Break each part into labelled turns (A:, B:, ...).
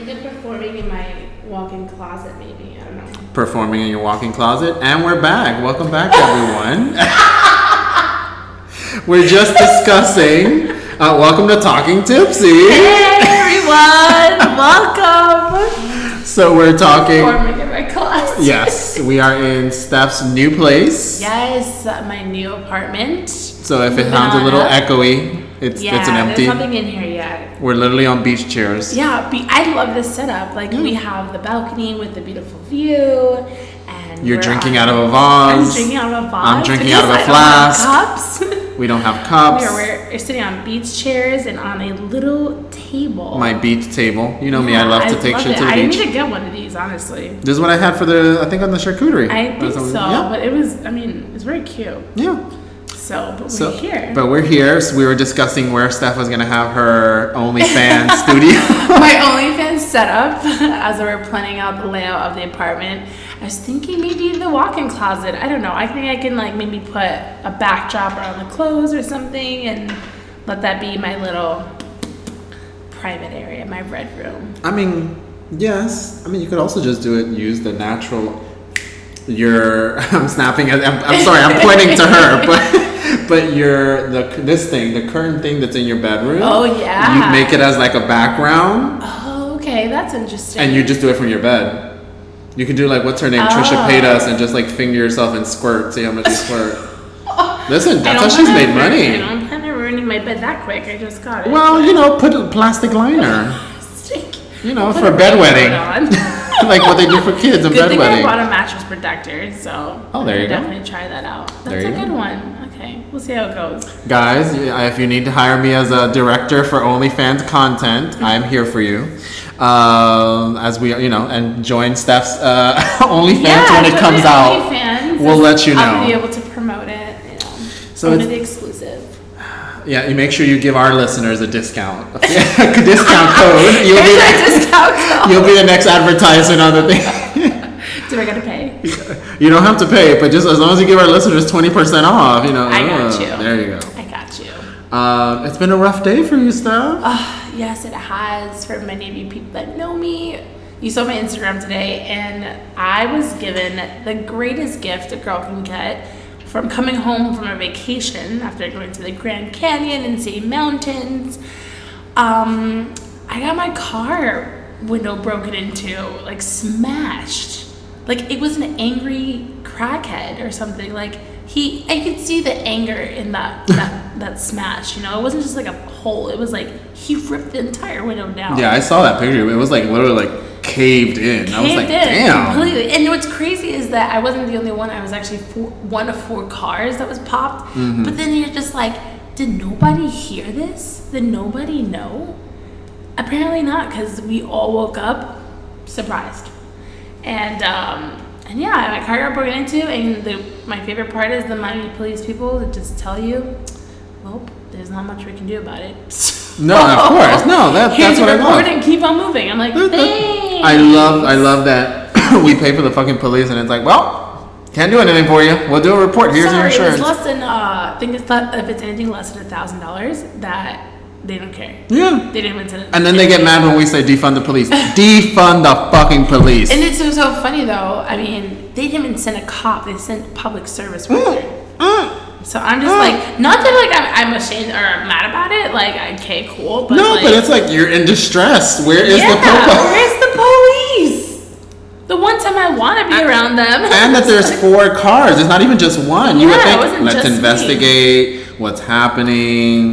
A: performing in my walk-in closet, maybe. I don't know.
B: performing in your walk-in closet and we're back welcome back everyone we're just discussing uh, welcome to talking tipsy
A: Hey,
C: everyone, welcome.
B: so we're talking
A: Performing in my closet.
B: yes we are in steph's new place
C: Yes, my new apartment.
B: so if it sounds a little
C: Banana.
B: echoey it's
C: Yeah,
B: it's an empty
C: there's nothing in here yet.
B: we're literally on beach chairs
C: Yeah, be, I love this setup. Like we
B: Mm.
C: have the balcony with the beautiful view, and
B: you're
C: we're
B: drinking
C: on-
B: out of a
C: I'm
B: vase
C: drinking out of a vase.
B: I'm drinking out of
C: because
B: a
C: I don't have Cups.
B: we don't have
C: we
B: cups
C: are we're, we're sitting on beach chairs and on a little table.
B: my beach table you know me i
C: Yeah,
B: love to take
C: love
B: shit
C: it.
B: to the
C: I
B: beach
C: need to get one of these, honestly.
B: this is what i had for the i think on the charcuterie
C: I think so,
B: yeah
C: but it was. I mean, it's very cute.
B: yeah
C: So, but
B: So,
C: we're here.
B: But we're here. So we were discussing where Steph was gonna have her OnlyFans studio.
C: my OnlyFans setup, as we were planning out the layout of the apartment, I was thinking maybe the walk-in closet. I don't know. I think I can like maybe put a backdrop around the clothes or something, and let that be my little private area, my red room.
B: I mean, yes. I mean, you could also just do it. Use the natural. Your I'm snapping. at- I'm, I'm sorry. I'm pointing to her, but but your the this thing, the current thing that's in your bedroom.
C: Oh, yeah.
B: You make it as like a background,
C: Oh, okay, that's interesting.
B: and you just do it from your bed. You could do like what's her name, Trisha
C: Oh.
B: Paytas, and just like finger yourself and squirt. See how much you squirt. Listen,
C: I
B: that's how
C: don't
B: she's
C: plan
B: made
C: on
B: money.
C: ruining- I don't plan on ruining my bed that quick. I just got it.
B: Well, you know, put a plastic liner. You know,
C: Put
B: for
C: a raincoat
B: bedwetting.
C: on.
B: like what they do for kids in
C: Good thing I bought
B: bedwetting.
C: a mattress protector, so
B: Oh, there
C: I
B: you go.
C: definitely try that out. That's
B: There
C: a
B: you go.
C: good one. Okay, we'll see how it goes.
B: Guys, you- if you need to hire me as a director for OnlyFans content, I'm here for you. Um, as we, you know, and join Steph's uh, OnlyFans when it
C: join
B: comes
C: the
B: out.
C: OnlyFans.
B: we'll let you know.
C: I'll be able to promote it. You know.
B: So
C: One
B: it's-
C: of the exclusive.
B: Yeah, you make sure you give our listeners a discount, discount code. You'll
C: Here's our
B: be,
C: discount code.
B: you'll be the next advertisement on the thing.
C: Do I gotta pay?
B: You don't have to pay, but just as long as you give our listeners twenty percent off, you know.
C: I got
B: uh,
C: you.
B: There you go.
C: I got you.
B: Um, it's been a rough day for you, Steph.
C: Ah, yes, it has for many of you people that know me. You saw my Instagram today, and I was given the greatest gift a girl can get from coming home from a vacation after going to the Grand Canyon and seeing mountains. Um, I got my car window broken into, like smashed. Like it was an angry crackhead or something. Like he, I could see the anger in that that, that smash. You know, it wasn't just like a hole. It was like he ripped the entire window down.
B: Yeah, I saw that picture. It was like literally like caved in. I was
C: Caved
B: like,
C: in
B: damn.
C: completely. And what's crazy is that I wasn't the only one. I was actually four, one of four cars that was popped.
B: Mm-hmm.
C: But then you're just like, did nobody hear this? Did nobody know? Apparently not, because we all woke up surprised. And um, and yeah, my car got broken into. And the, my favorite part is the Miami police people that just tell you, well, there's not much we can do about it.
B: No, of course. No, that-
C: Here's
B: that's what I
C: your
B: love.
C: report and keep on moving. I'm like,
B: That- that- I
C: "Thanks."
B: love I love that we pay for the fucking police and it's like, well, can't do anything for you. We'll do a report. Here's your
C: Sorry,
B: insurance.
C: If it's less than uh, I think it's le- if it's anything less than a thousand dollars, that they don't care.
B: yeah.
C: They didn't even send it.
B: And then they get mad when we say defund the police. defund the fucking police.
C: And it's so, so funny though. I mean, they didn't even send a cop. They sent public service worker.
B: Mm, mm.
C: So I'm just
B: Mm.
C: like, not that like I'm, I'm ashamed or I'm mad about it. Like, okay, cool. But
B: No,
C: like,
B: but it's like you're in distress. Where is
C: yeah,
B: the popo?
C: where's the police? The one time I want to be around them.
B: and that there's four cars. It's not even just one. You
C: Yeah, it
B: would think
C: wasn't
B: let's
C: just me.
B: investigate what's happening.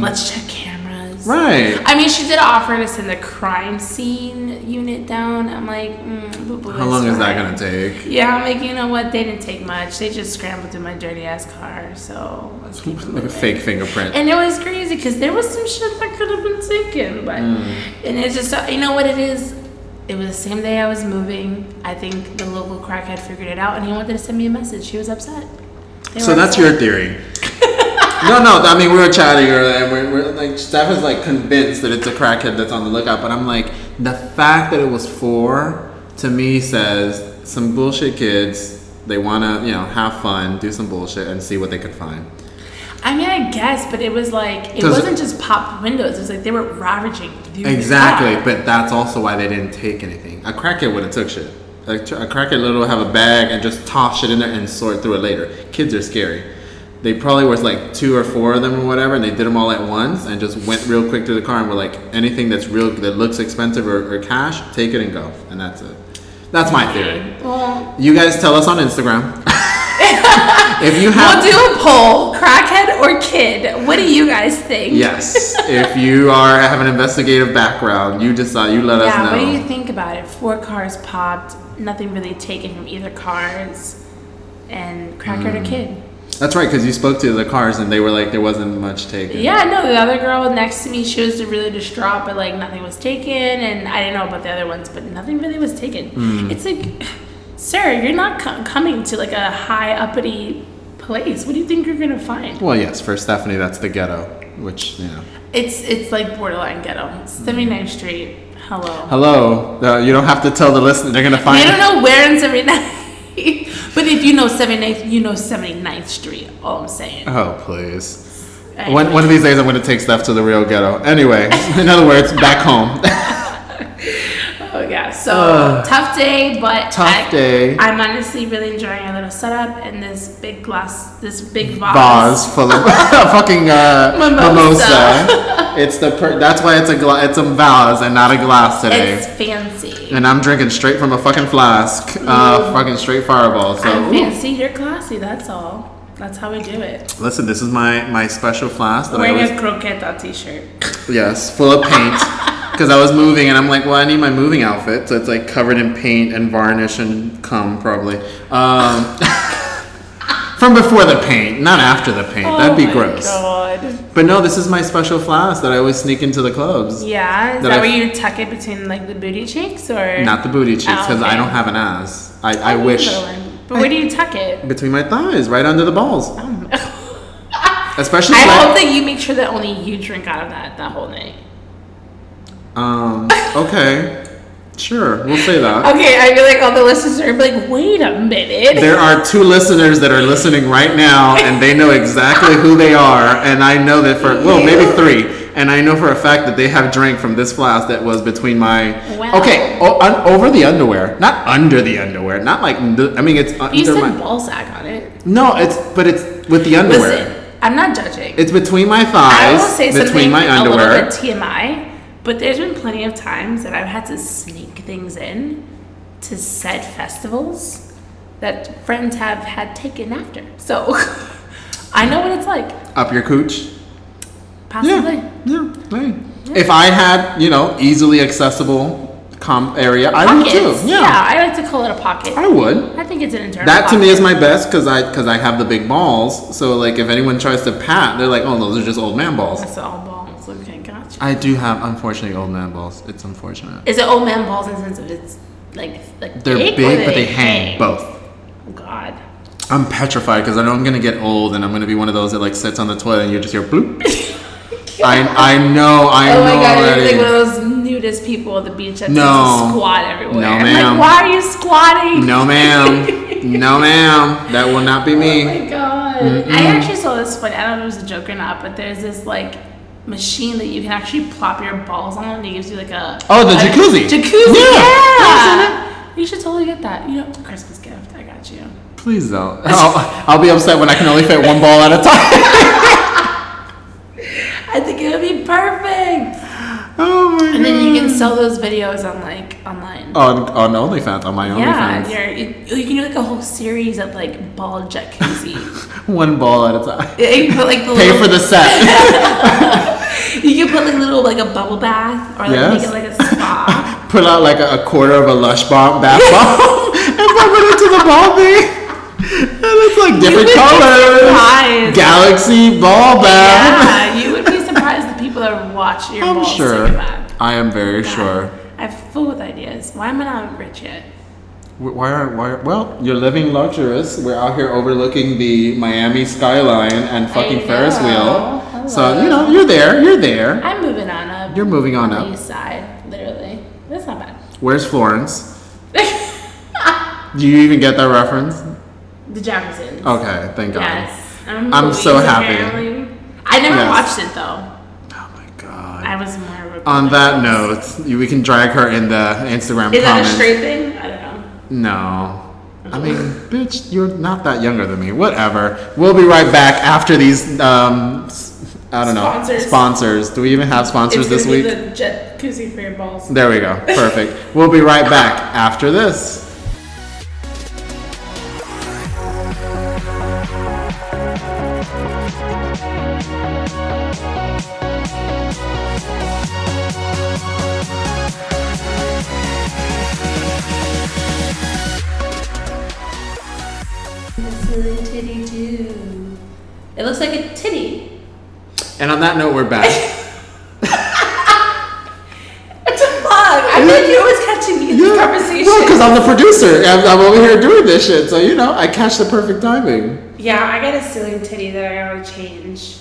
C: Let's check cameras.
B: right.
C: I mean, she did offer to send the crime scene unit down. I'm like, mm, boo-boo,
B: How
C: it's
B: long is that
C: fine.
B: gonna take?
C: Yeah, I'm like, you know what? They didn't take much. They just scrambled through my dirty ass car. So let's keep it
B: Like a
C: moving.
B: fake fingerprint.
C: And it was crazy because there was some shit that could have been taken, but
B: Mm.
C: and it's just you know what it is. It was the same day I was moving. I think the local crackhead figured it out, and he wanted to send me a message. He was upset. They
B: So
C: were
B: that's
C: upset.
B: your theory. no, no. I mean, we were chatting earlier, and we're, we're like, Steph is like convinced that it's a crackhead that's on the lookout. But I'm like, the fact that it was four to me says some bullshit kids. They want to, you know, have fun, do some bullshit, and see what they could find.
C: I mean, I guess, but it was like it
B: 'Cause-
C: wasn't just popped windows. It was like they were ravaging. through the
B: Exactly,
C: car.
B: but that's also why they didn't take anything. A crackhead would have took shit. A, tr- a crackhead literally have a bag and just toss shit in there and sort through it later. Kids are scary. They probably was like two or four of them or whatever, and they did them all at once and just went real quick through the car and were like, anything that's real that looks expensive or, or cash, take it and go, and that's it. That's my theory.
C: Well,
B: You guys tell us on Instagram. if you have
C: we'll do a poll: crackhead or kid. What do you guys think?
B: Yes. if you are have an investigative background, you decide you let us
C: Yeah,
B: know.
C: what do you think about it? Four cars popped, nothing really taken from either cars, and crackhead or kid.
B: That's right, because you spoke to the cars and they were like, there wasn't much taken.
C: Yeah, no, the other girl next to me, she was really distraught, but like nothing was taken, and I didn't know about the other ones, but nothing really was taken. It's like, sir, you're not co- coming to like a high uppity place. What do you think you're gonna find?
B: Well, yes, for Stephanie, that's the ghetto, which, you know.
C: It's it's like borderline ghetto. 79th Street. Hello.
B: Hello. Uh, you don't have to tell the listener. They're going to find
C: I don't know where in 79th, but if you know 79th, you know 79th Street. All I'm saying.
B: Oh, please.
C: Alright.
B: One, one of these days, I'm going to take Steph to the real ghetto. Anyway, in other words, back home.
C: Oh yeah, so
B: Ugh.
C: tough day, but
B: Uh, Tough
C: I,
B: day.
C: I'm honestly really enjoying our little setup and this big glass, this big vase.
B: Vase full of fucking uh,
C: Mimosa.
B: mimosa. It's the per- that's why it's a gla- it's a vase and not a glass today.
C: It's fancy.
B: and I'm drinking straight from a fucking flask, uh, fucking straight fireball. So
C: Mm. I'm
B: ooh.
C: fancy. You're classy. That's all. That's how we do it.
B: Listen, this is my my special flask that I
C: Wearing
B: always
C: a croqueta t-shirt.
B: yes full of paint because I was moving and I'm like, well, I need my moving outfit, so it's like covered in paint and varnish and cum probably um, from before the paint, not after the paint. That'd be
C: Oh my
B: gross.
C: God.
B: But no, this is my special flask that I always sneak into the clubs.
C: Yeah, is
B: That
C: that,
B: I-
C: where you tuck it between like the booty cheeks or
B: Not the booty cheeks
C: Oh,
B: because I
C: okay.
B: don't have an ass. I, I,
C: Oh,
B: wish
C: little one. But where do you tuck it?
B: between my thighs, right under the balls,
C: Oh.
B: especially.
C: I
B: when-
C: hope that you make sure that only you drink out of that that whole night.
B: Um. Okay. Sure. We'll say that.
C: Okay, I feel like all the listeners are like, wait a minute.
B: There are two listeners that are listening right now, and they know exactly who they are. And I know that for well, maybe three. And I know for a fact that they have drank from this flask that was between my
C: Wow.
B: okay o- un- over the underwear, not under the underwear, not like n- I mean it's under
C: You said
B: my
C: ball sack on it.
B: no, it's but it's with the underwear.
C: Listen, I'm not judging.
B: It's between my
C: I
B: thighs,
C: will say
B: between
C: something
B: my
C: a little
B: underwear.
C: bit TMI, but there's been plenty of times that I've had to sneak things in to said festivals that friends have had taken after. So I know what it's like.
B: up your cooch.
C: Possibly.
B: Yeah, yeah, hey. If I had, you know, easily accessible comp area, I would
C: Pockets.
B: too. Yeah,
C: I like to call it a pocket.
B: I would.
C: I think it's an internal.
B: That to me
C: pocket.
B: is my best because I because I have the big balls. So like, if anyone tries to pat, they're like, oh, those are just old man balls.
C: That's all balls. Okay, gotcha.
B: I do have, unfortunately, old man balls. It's unfortunate.
C: Is it old man balls in the sense of it's like like
B: They're
C: thick or
B: big, but they hang both.
C: Oh, God.
B: I'm petrified because I know I'm gonna get old and I'm gonna be one of those that like sits on the toilet and you just hear bloop. I I know
C: Oh
B: I know
C: my god,
B: already.
C: you're like one of those nudist people at the beach that
B: No.
C: tends to squat everywhere.
B: No,
C: I'm
B: ma'am.
C: like, why are you squatting?
B: no ma'am, no ma'am, that will not be me.
C: Oh my god. I actually saw this funny. I don't know if it was a joke or not, but there's this like machine that you can actually plop your balls on and it gives you like a
B: Oh, the
C: a
B: jacuzzi.
C: Jacuzzi,
B: Yeah.
C: yeah. You should totally get that. You know, Christmas gift. I got you.
B: Please don't. I'll, I'll be upset when I can only fit one ball at a time.
C: I think it would be perfect. Hmm.
B: Oh my
C: And then you can sell those videos on like online.
B: on on OnlyFans Oh, on my
C: yeah,
B: OnlyFans,
C: you're, you, you can do like a whole series of like ball jacuzzi.
B: one ball at a time.
C: Yeah, you can put like the
B: Pay
C: little,
B: for the set.
C: You can put like little like a bubble bath or like
B: Yes.
C: make it like a spa.
B: Put out like a, a quarter of a Lush bomb bath bomb and pump it into the ball thing. And it's like
C: would
B: different
C: be
B: colors.
C: surprised.
B: Galaxy ball bath.
C: yeah, you would be surprised the people that watch your
B: I'm
C: balls
B: sure.
C: take a bath.
B: I am very sure.
C: I have full with ideas. Why am I not rich yet?
B: Wh- Why are why? are- Well, you're living luxurious. We're out here overlooking the Miami skyline and fucking Ferris
C: know.
B: wheel. So
C: Hello.
B: you know you're there. You're there.
C: I'm moving on up.
B: You're moving on
C: the
B: up.
C: east side, literally. That's not bad.
B: Where's Florence? Do you even get that reference?
C: the Jeffersons.
B: Oh, Okay, thank God.
C: Yes.
B: I'm so happy.
C: apparently. I never
B: Yes.
C: watched it though.
B: Oh my god.
C: I was more of a
B: On that note, you- we can drag her in the Instagram
C: Is that a
B: comments.
C: straight thing? I don't know.
B: no. I mean, bitch, you're not that younger than me. Whatever. We'll be right back after these. Um, s- I don't know.
C: Sponsors.
B: Sponsors. Do we even have sponsors
C: it's
B: this
C: gonna
B: week?
C: be the jet koozie for your balls.
B: There we go. Perfect. we'll be right back after this.
C: This little titty too. It looks like a titty.
B: And on that note, we're back.
C: It's a plug. I feel like you're always catching me in this conversation.
B: because I'm the producer. I'm, I'm over here doing this shit, so you know I catch the perfect timing.
C: yeah, I got a ceiling titty that I gotta change.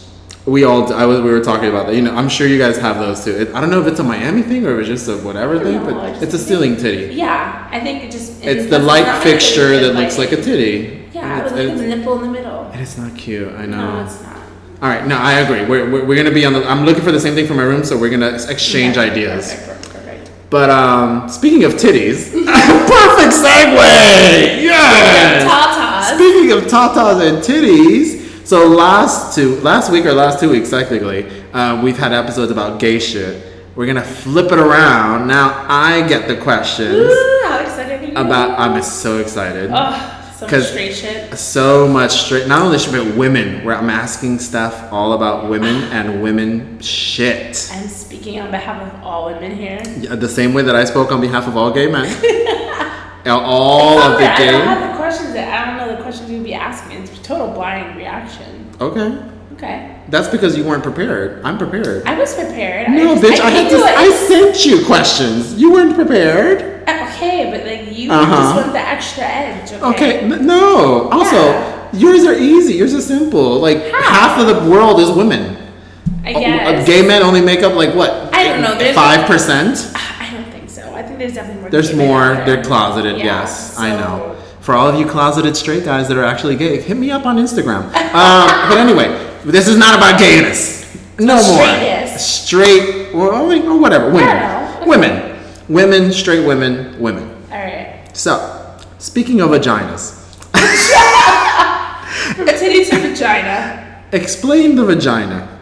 B: We all, d- I was, we were talking about that. You know, I'm sure you guys have those too. It, I don't know if it's a Miami thing or if it's just a whatever thing,
C: No, I
B: but
C: just
B: it's a ceiling titty.
C: Yeah, I think it just. it
B: It's
C: just
B: the
C: doesn't
B: light
C: sound
B: fixture
C: anything,
B: that
C: but,
B: looks like a titty.
C: Yeah,
B: And
C: with like
B: it's,
C: a
B: it's,
C: nipple in the middle.
B: and it's not cute. I know.
C: No, it's not.
B: all right, no, I agree. We're, we're, we're gonna be on the. I'm looking for the same thing for my room, so we're gonna ex- exchange
C: Okay,
B: ideas.
C: Perfect, perfect, perfect.
B: But um, speaking of titties, perfect segue. Yes.
C: Tatas.
B: Speaking of tatas and titties, so last two, last week or last two weeks technically, uh, we've had episodes about gay shit. We're gonna flip it around. Now I get the questions
C: Ooh, how excited are you?
B: about. I'm so excited.
C: Ugh, so much
B: 'Cause-
C: straight shit.
B: So much straight. Not only shit, but women. Where I'm asking stuff all about women and women shit.
C: I'm speaking on behalf of all women here.
B: Yeah, the same way that I spoke on behalf of all gay men. all
C: Sorry, Oh, I
B: of the
C: don't
B: gay.
C: have the questions that I don't know the questions you'd be asking. It's total blind reaction.
B: Okay.
C: Okay.
B: That's because you weren't prepared. I'm prepared.
C: I was prepared.
B: no,
C: I just,
B: bitch, I,
C: can't
B: had
C: do
B: to.
C: it.
B: I sent you questions. You weren't prepared.
C: Okay, but like you just
B: Uh-huh.
C: want the extra edge.
B: Okay. n- No. Also,
C: Yeah.
B: yours are easy. Yours are simple. Like
C: How?
B: half of the world is women.
C: I
B: Oh,
C: guess.
B: Gay men only make up like what?
C: I don't know. There's-
B: Five percent.
C: I don't think so. I think there's definitely more.
B: There's
C: gay men
B: more.
C: out there.
B: They're closeted.
C: Yeah,
B: yes, I
C: so-
B: know. For all of you closeted straight guys that are actually gay, hit me up on Instagram. um, but anyway, this is not about gayness. No more.
C: Straightest.
B: Straight. Well, I mean, or whatever.
C: know.
B: Women. Women. Women. Straight women. Women.
C: All right.
B: So, speaking of vaginas,
C: From titty to vagina.
B: explain the vagina.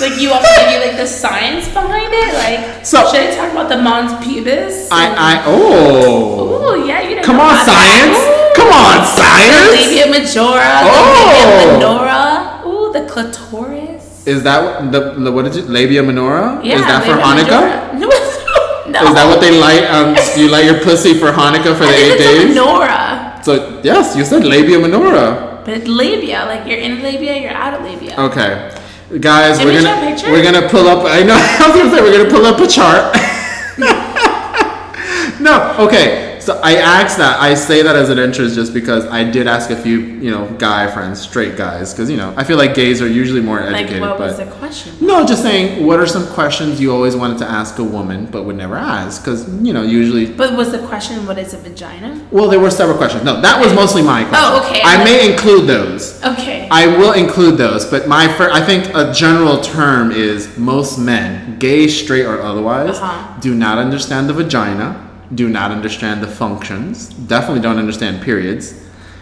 C: Like you want me to give like the science behind it. Like
B: So-
C: should I talk about the mons pubis?
B: I. I. Oh.
C: Ooh, yeah, Oh. you didn't
B: Come
C: know
B: on,
C: about
B: science.
C: that.
B: Come on, science.
C: Labia majora,
B: Oh.
C: the labia minora, ooh, the clitoris.
B: Is that the, the what did you labia minora?
C: Yeah,
B: is that for
C: labia
B: Hanukkah?
C: majora. No, it's- no.
B: Is that what they light? Um, you light your pussy for Hanukkah for
C: I
B: the
C: think
B: eight
C: it's a
B: days.
C: minora,
B: so yes, you said labia minora.
C: but it's labia. Like you're in labia, you're out of labia.
B: Okay, guys,
C: Can we
B: we're
C: show
B: gonna
C: a picture?
B: we're gonna pull up. I know. I was gonna say we're gonna pull up a chart. no, okay. So I asked that. I say that as an interest just because I did ask a few, you know, guy friends, straight guys, because you know I feel like gays are usually more
C: like
B: educated.
C: what
B: but
C: was the question?
B: No, just saying, what are some questions you always wanted to ask a woman but would never ask? Because, you know, usually.
C: But was the question what is a vagina?
B: Well, there were several questions. No, that was mostly my question.
C: Oh, okay.
B: I may include those.
C: Okay.
B: I will include those, but my fir- I think a general term is most men, gay, straight, or otherwise,
C: Uh-huh.
B: do not understand the vagina, do not understand the functions, definitely don't understand periods.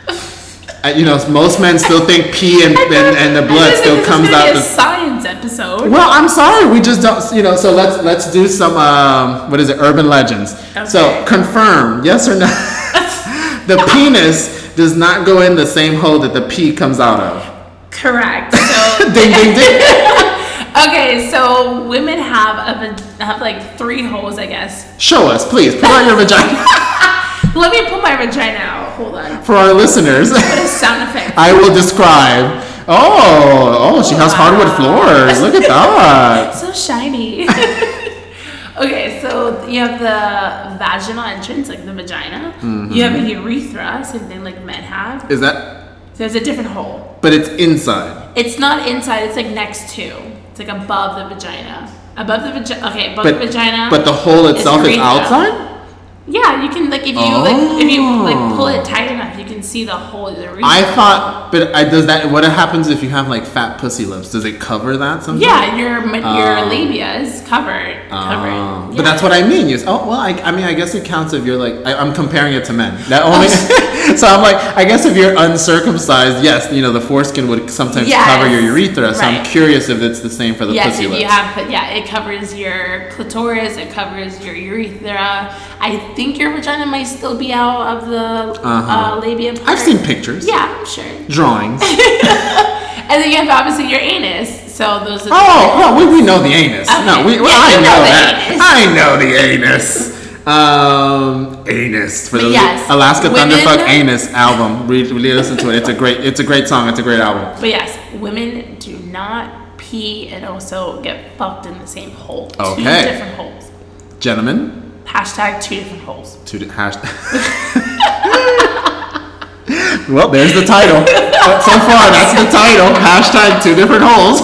B: Uh, you know, most men still think pee and, and, and the blood still comes out
C: the
B: the
C: science episode.
B: Well, I'm sorry, we just don't, you know. So let's let's do some um, what is it? Urban legends. So
C: Okay.
B: confirm, yes or no? the penis does not go in the same hole that the pee comes out of.
C: Correct. So
B: Ding ding ding.
C: okay, so women have a va- have like three holes, I guess.
B: Show us, please. Pull out your vagina
C: Let me pull my vagina out. Hold on.
B: for our listeners.
C: What a sound effect.
B: I will describe. Oh, oh, she has hardwood floors. Look at that.
C: so shiny. okay, so you have the vaginal entrance, like the vagina. You have a
B: Mm-hmm.
C: urethra, same thing like men have.
B: Is that?
C: So there's a different hole.
B: But it's inside.
C: It's not inside. It's like next to. It's like above the vagina. Above the vagina. Okay, above
B: But
C: the vagina.
B: But the hole
C: It's
B: itself is
C: urethra.
B: outside.
C: Yeah, you can like if you like if you like pull it tight enough, you can see the whole the region.
B: Oh. I thought, but I, does that? What happens if you have like fat pussy lips? Does it cover that sometimes?
C: yeah, your ma- your
B: Um,
C: labia is covered. covered.
B: Um,
C: Yeah.
B: But that's what I mean. You s- oh well, I, I mean, I guess it counts if you're like I, I'm comparing it to men. That
C: Oh.
B: only. so I'm like, I guess if you're uncircumcised, yes, you know the foreskin would sometimes
C: Yes.
B: cover your urethra. So I'm
C: Right.
B: curious if it's the same for the
C: yes,
B: pussy
C: if
B: lips.
C: you have, but yeah, it covers your clitoris, it covers your urethra. I think your vagina might still be out of the
B: Uh-huh.
C: uh, labia. Part.
B: I've seen pictures.
C: Yeah, I'm sure.
B: Drawings.
C: And then you have obviously your anus. So those are the
B: Oh, well, we, we know the anus. No,
C: Okay.
B: we, well,
C: Yeah,
B: I
C: you
B: know,
C: know the
B: that.
C: anus.
B: I know the anus. Um, anus for
C: But
B: those
C: yes,
B: Alaska
C: women-
B: Thunderfuck Anus album. Really, really listen to it. It's a great. It's a great song. It's a great album.
C: But yes, women do not pee and also get fucked in the same hole. Two
B: Okay.
C: different holes.
B: Gentlemen,
C: Hashtag two different holes.
B: to the hash. well, there's the title. But so far, that's the title. Hashtag two different holes.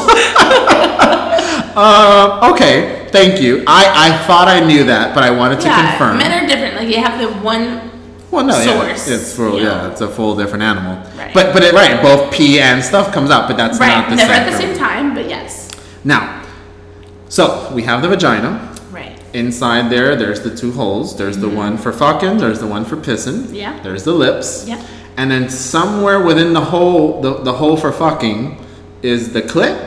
B: um, okay, thank you. I I thought I knew that, but I wanted to
C: yeah,
B: confirm.
C: men are different. Like you have the one.
B: Well, no, yeah,
C: source,
B: it's full.
C: you
B: Yeah,
C: know.
B: it's a full different animal.
C: Right.
B: But but it, right, both pee and stuff comes out, but that's
C: right,
B: not the
C: never
B: same.
C: at the
B: for-
C: same time, but yes.
B: Now, so we have the vagina.
C: Right.
B: Inside there, there's the two holes. There's the one for fucking. There's the one for pissing.
C: Mm-hmm. Yeah.
B: There's the lips.
C: Yeah.
B: And then somewhere within the hole, the, the hole for fucking, is the clit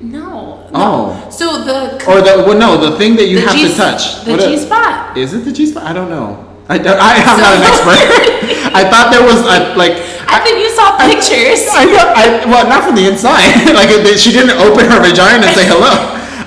C: No. no.
B: Oh.
C: So the
B: or the well, no, the thing that you
C: the
B: have
C: G-
B: to touch.
C: The
B: What a-
C: G spot.
B: Is it the G spot? I don't know. I, don't- I am not an
C: So-
B: expert. I thought there was a, like
C: I think you saw pictures.
B: I know. I, well, not from the inside. like it, she didn't open her vagina and say hello.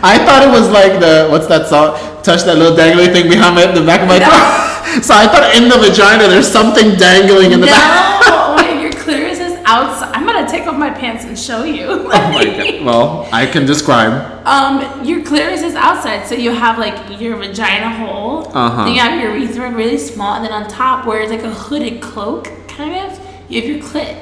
B: I thought it was like the what's that song? Touch that little dangly thing behind my, the back of my
C: No.
B: throat. so I thought in the vagina there's something dangling in the back.
C: no, wait, your clitoris is outside. I'm gonna take off my pants and show you.
B: Oh my god. Well, I can describe.
C: Um, your clitoris is outside, so you have like your vagina hole.
B: Uh-huh.
C: Then you have your urethra really small, and then on top where it's like a hooded cloak, kind of, you have your clit.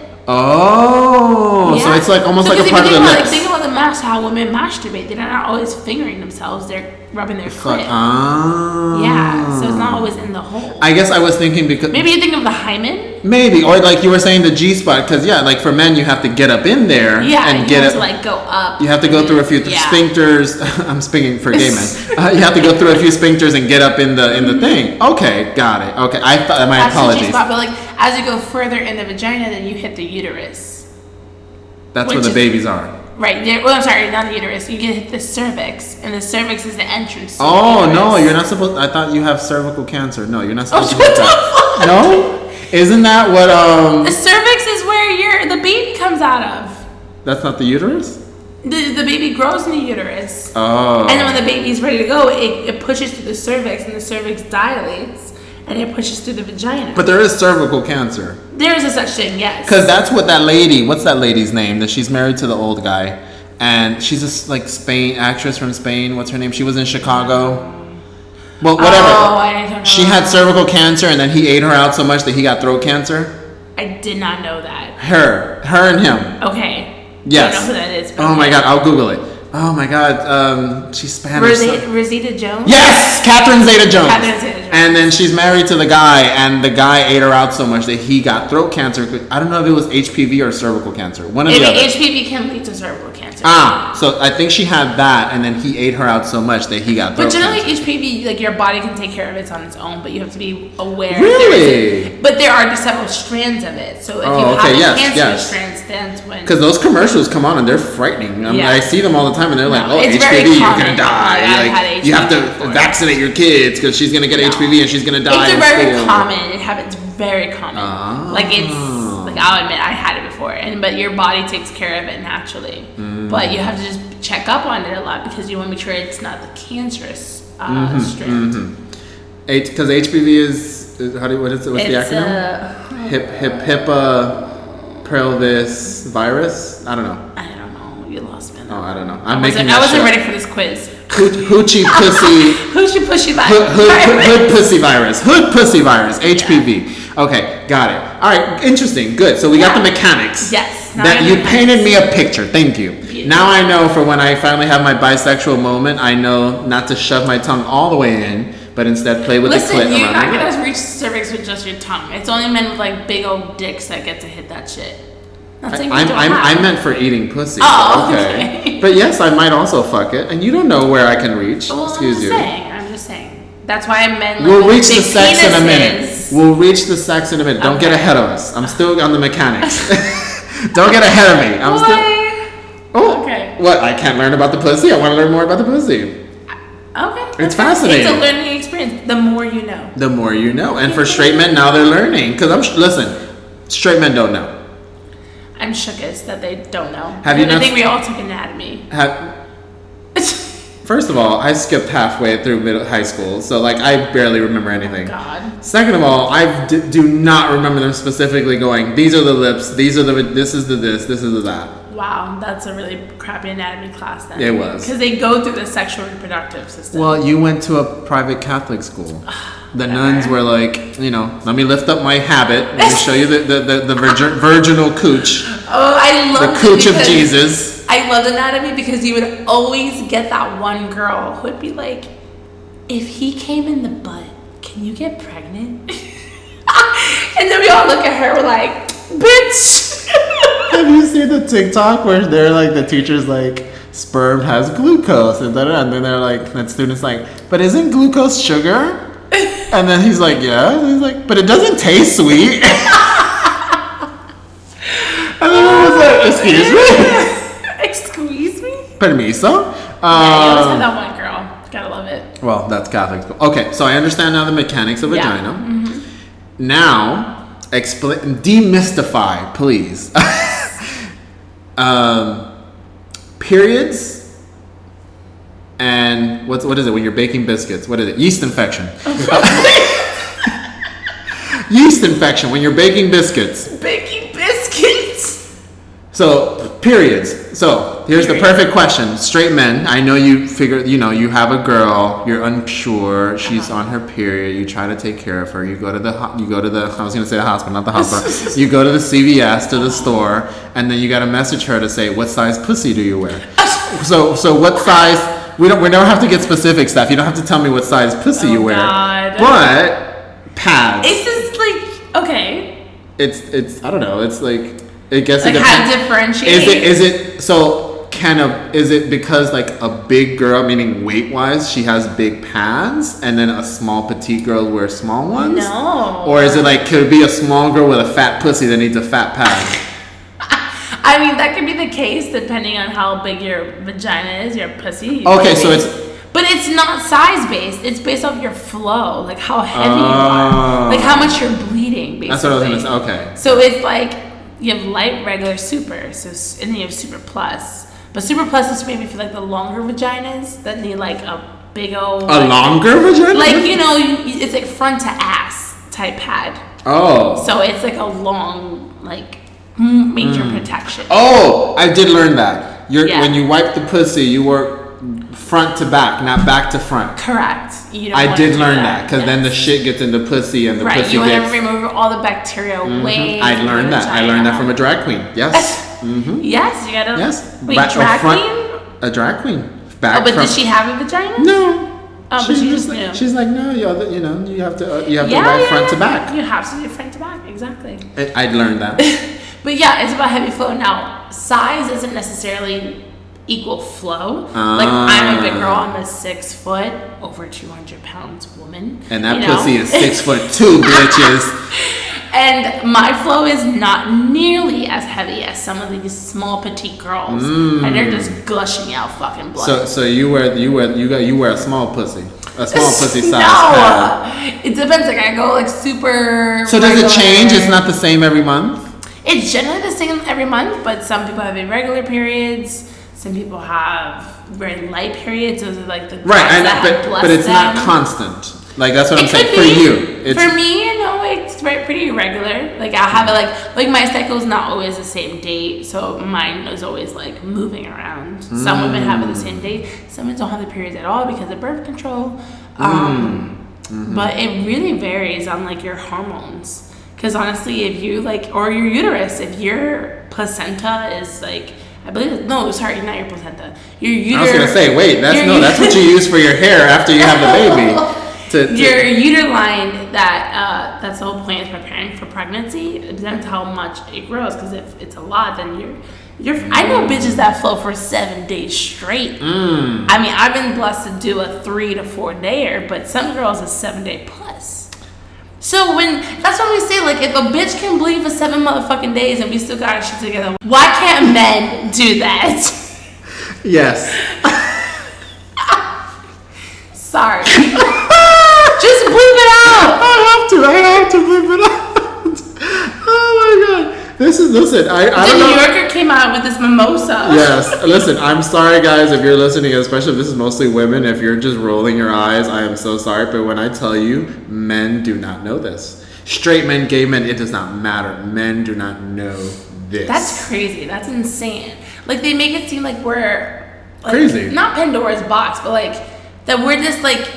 B: Oh, so
C: Yeah.
B: it's like almost
C: So
B: like a
C: 'cause if
B: part of
C: you
B: the
C: think about,
B: lips.
C: Like, think about the mass how women masturbate. They're not always fingering themselves; they're rubbing their
B: Fuck,
C: clit.
B: ah.
C: Yeah, so it's not always in the hole.
B: uh, I guess I was thinking because
C: Maybe you think of the hymen.
B: Maybe, or like you were saying, the G spot, because yeah, like for men, you have to get up in there
C: Yeah,
B: and
C: you
B: get
C: have
B: it.
C: to like go up.
B: you have to go through a few
C: Yeah.
B: sphincters. I'm speaking for gay men. Uh, you have to go through a few sphincters and get up in the in the thing. Okay, got it. Okay, I thought my
C: That's the G
B: apologies.
C: spot, but like as you go further in the vagina, then you hit the uterus.
B: That's where
C: which
B: the
C: is-
B: babies are.
C: Right. there- Well, I'm sorry, not the uterus. You get the cervix, and the cervix is the entrance. to the
B: Oh no,
C: uterus.
B: you're not supposed. I thought you have cervical cancer. No, you're not
C: Oh,
B: supposed to.
C: shut
B: get
C: the
B: that.
C: fuck
B: No, isn't that what? Um,
C: The cervix is where your the baby comes out of.
B: that's not the uterus.
C: The the baby grows in the uterus,
B: Oh.
C: and then when the baby's ready to go, it, it pushes through the cervix, and the cervix dilates, and it pushes through the vagina.
B: but there is cervical cancer.
C: there is a such thing, yes.
B: Because that's what that lady, what's that lady's name? That she's married to the old guy. And she's a s- like Spain actress from Spain. What's her name? She was in Chicago. Well, whatever.
C: Oh, I don't know.
B: she had cervical cancer, and then he ate her out so much that he got throat cancer.
C: I did not know that.
B: Her, her, and him.
C: Okay.
B: Yes.
C: I don't know who that is. but-
B: Oh my God, I'll Google it. Oh my God, um, she's Spanish. so-
C: Rosi- Rosita Jones.
B: Yes, Catherine Zeta Jones.
C: Catherine Zeta-Jones.
B: And then she's married to the guy, and the guy ate her out so much that he got throat cancer. I don't know if it was HPV or cervical cancer. One of
C: Maybe
B: the other.
C: HPV can lead to cervical cancer.
B: Ah, so I think she had that, and then he ate her out so much that he got.
C: But
B: throat
C: generally,
B: cancer.
C: HPV, like your body can take care of it on its own, but you have to be aware.
B: Really?
C: There is a- but there are several strands of it. So if
B: Oh,
C: you
B: okay,
C: have
B: yes,
C: a cancer
B: yes.
C: strands, that's when.
B: because those commercials come on and they're frightening. I, mean,
C: Yeah.
B: I see them all the time, and they're like,
C: No,
B: "Oh,
C: it's very
B: HPV, you're
C: common.
B: gonna die.
C: Like, I've
B: like,
C: had
B: you have to
C: HPV before.
B: vaccinate your kids because she's gonna get
C: No.
B: HPV and she's gonna die."
C: it's a
B: in
C: very
B: school."
C: common. It happens very common.
B: Ah.
C: Like it's like I'll admit I had it before, and but your body takes care of it naturally.
B: Mm.
C: But you have to just check up on it a lot because you want to make sure it's not the cancerous uh,
B: Mm-hmm,
C: strand.
B: H because HPV is, is how do you- what is it? What's the
C: It's uh,
B: acronym?
C: a
B: hip hip HIPAA pelvis virus. I don't know.
C: I don't know. You lost me. on that.
B: Oh, I don't know.
C: I
B: I'm
C: wasn't,
B: making that
C: I wasn't
B: shit
C: ready for this quiz.
B: up. Hoo- Hoochie pussy.
C: Who should push you back?
B: Hood, hood, hood pussy virus. Hood pussy virus. HPV. Okay, got it. All right, interesting. Good. So we got
C: Yeah.
B: the mechanics.
C: Yes, now
B: That
C: I
B: you
C: know the
B: painted me a picture. Thank you.
C: Beautiful.
B: Now I know for when I finally have my bisexual moment, I know not to shove my tongue all the way in, but instead play with
C: Listen,
B: the clit
C: you're
B: around
C: not
B: your
C: gonna
B: neck.
C: reach the cervix with just your tongue. It's only men with like big old dicks that get to hit that shit. Not saying
B: I'm,
C: you don't
B: I'm,
C: have.
B: I meant for eating pussy.
C: Oh,
B: but
C: okay.
B: But yes, I might also fuck it, and you don't know where I can reach.
C: Well,
B: Excuse
C: I'm
B: you.
C: just saying. I'm just saying. That's why I meant. Like,
B: We'll
C: with
B: reach the
C: big
B: sex in a minute.
C: penises.
B: We'll reach the sex in a minute. Don't get
C: Okay.
B: ahead of us. I'm still on the mechanics. Don't get ahead of me. I'm still.
C: Boy.
B: Oh,
C: Okay.
B: What? I can't learn about the pussy. I want to learn more about the pussy.
C: Okay. that's
B: It's
C: fine. It's
B: fascinating.
C: a learning experience. The more you know.
B: The more you know. And for straight men, now they're learning. Because I'm sh- listen, straight men don't know.
C: I'm shookest that they don't know.
B: Have you
C: And I
B: not-
C: think we all took anatomy.
B: Have, first of all, I skipped halfway through middle high school, so like I barely remember anything.
C: Oh God.
B: Second of all, I d- do not remember them specifically going. These are the lips. These are the. This is the this. This is the that.
C: Wow, that's a really crappy anatomy class then.
B: It was.
C: Because they go through the sexual reproductive system.
B: Well, you went to a private Catholic school. The nuns were like, you know, let me lift up my habit. Let me show you the the, the, the virgin, virginal cooch,
C: oh, I love
B: the cooch of Jesus.
C: I loved anatomy because you would always get that one girl who would be like, if he came in the butt, can you get pregnant? and then we all look at her, we're like, bitch.
B: Have you seen the TikTok where they're like the teacher's like sperm has glucose and then and then they're like that student's like, but isn't glucose sugar? And then he's like, yeah. And he's like, but it doesn't taste sweet. and then I was like, excuse
C: Excuse
B: me,
C: me?
B: permiso.
C: yeah, you always
B: Um,
C: have that one girl. Gotta love it.
B: well, that's Catholic school. Okay, so I understand now the mechanics of
C: Yeah.
B: vagina. Now, explain, demystify, please. um, periods and what's what is it when you're baking biscuits? What is it? Yeast infection. Yeast infection when you're baking biscuits.
C: Baking biscuits.
B: So periods. So here's the
C: Period.
B: perfect question. Straight men, I know you figure you know, you have a girl, you're unsure, she's
C: Uh-huh.
B: on her period, you try to take care of her, you go to the ho- you go to the I was gonna say the hospital, not the hospital. you go to the CVS to the store, and then you gotta message her to say, What size pussy do you wear? So so what size we don't we don't have to get specific stuff. You don't have to tell me what size pussy you
C: Oh,
B: wear.
C: God.
B: But pads.
C: It's just like, okay.
B: It's it's I don't know. It's like I guess
C: Like
B: it
C: how
B: depends.
C: to differentiate.
B: Is it is it so can a is it because like a big girl meaning weight wise she has big pads and then a small petite girl wears small ones?
C: No.
B: Or is it like could it be a small girl with a fat pussy that needs a fat pad?
C: I mean, that could be the case depending on how big your vagina is, your pussy. your
B: Okay, so
C: baby.
B: it's-
C: But it's not size based. It's based off your flow, like how heavy you
B: Oh.
C: are, like how much you're bleeding. Basically,
B: That's what I was gonna say. Okay.
C: So it's like you have light, regular, super. So s- and then you have super plus. But super plus is maybe for like the longer vaginas that need like a big old
B: A longer vagina?
C: like you know you- it's like front to ass type pad.
B: Oh.
C: So it's like a long like m- major
B: Mm.
C: protection.
B: Oh, I did learn that. You're
C: Yeah.
B: when you wipe the pussy, you work front to back, not back to front.
C: Correct. You don't
B: I
C: wanna
B: did
C: do
B: learn that because
C: Yeah.
B: then the shit gets in the pussy and the
C: right.
B: pussy
C: You want
B: gets. Mm-hmm.
C: to remove all the bacteria away.
B: I
C: from
B: learned
C: the
B: that. I learned that from a
C: vagina.
B: drag queen. Yes. mm-hmm.
C: Yes, you gotta.
B: Yes.
C: Wait,
B: Back- a
C: drag
B: front-
C: queen.
B: A drag queen. Back
C: Oh, but
B: from,
C: did she have a vagina?
B: No.
C: Oh, but
B: she's
C: she
B: just
C: just
B: like,
C: knew.
B: she's like no, you, have to- you know, you have to uh, you have
C: Yeah,
B: to wipe
C: yeah,
B: front to
C: yeah.
B: back.
C: You have to do front to back, exactly.
B: I- I'd learned that.
C: But yeah, it's about heavy flow. Now, size isn't necessarily equal flow. like I'm a big girl. I'm a six foot, over two hundred pounds woman.
B: And that
C: you know?
B: pussy is six foot two, bitches.
C: And my flow is not nearly as heavy as some of these small petite girls, and they're just gushing out fucking blood.
B: Mm. So so you wear you wear you got you wear a small pussy, a small pussy size.
C: No,
B: pad.
C: it depends. Like I go like super.
B: So does it change? It's
C: regular.
B: not the same every month.
C: It's generally the same every month, but some people have irregular periods. Some people have very light periods. Those are like the
B: Right,
C: gods
B: I know,
C: that
B: but
C: bless
B: but it's not
C: them.
B: constant. Like that's what I'm
C: It could
B: saying
C: be.
B: for you. It's
C: for me, no, it's very pretty regular. Like I'll have it like like my cycle is not always the same date, so mine is always like moving around. Some women have it the same date. Some women don't have the periods at all because of birth control.
B: Mm.
C: Um,
B: Mm-hmm.
C: But it really varies on like your hormones. Because honestly, if you like or your uterus, if your placenta is like. I believe no, sorry, not your placenta. Your uterus.
B: I was gonna say, wait, that's no, that's what you use for your hair after you have the baby To- to-
C: your uterine that uh, that's the whole point is preparing for pregnancy. It depends how much it grows because if it's a lot, then you're you're. I know bitches that flow for seven days straight.
B: Mm.
C: I mean, I've been blessed to do a three to four dayer, but some girls is seven day plus. So when that's what we say, like if a bitch can bleed for seven motherfucking days and we still got our shit together, why can't men do that?
B: Yes.
C: Sorry. Just bleep it out.
B: I have to. I have to bleep it out. Oh my god. This is listen. I, I
C: The
B: don't
C: New
B: know.
C: Yorker came out with this mimosa.
B: Yes. Listen, I'm sorry, guys, if you're listening, especially if this is mostly women. If you're just rolling your eyes, I am so sorry. But when I tell you, men do not know this. Straight men, gay men, it does not matter. Men do not know this.
C: That's crazy. That's insane. Like they make it seem like we're like,
B: Crazy.
C: Not Pandora's box, but like that we're this like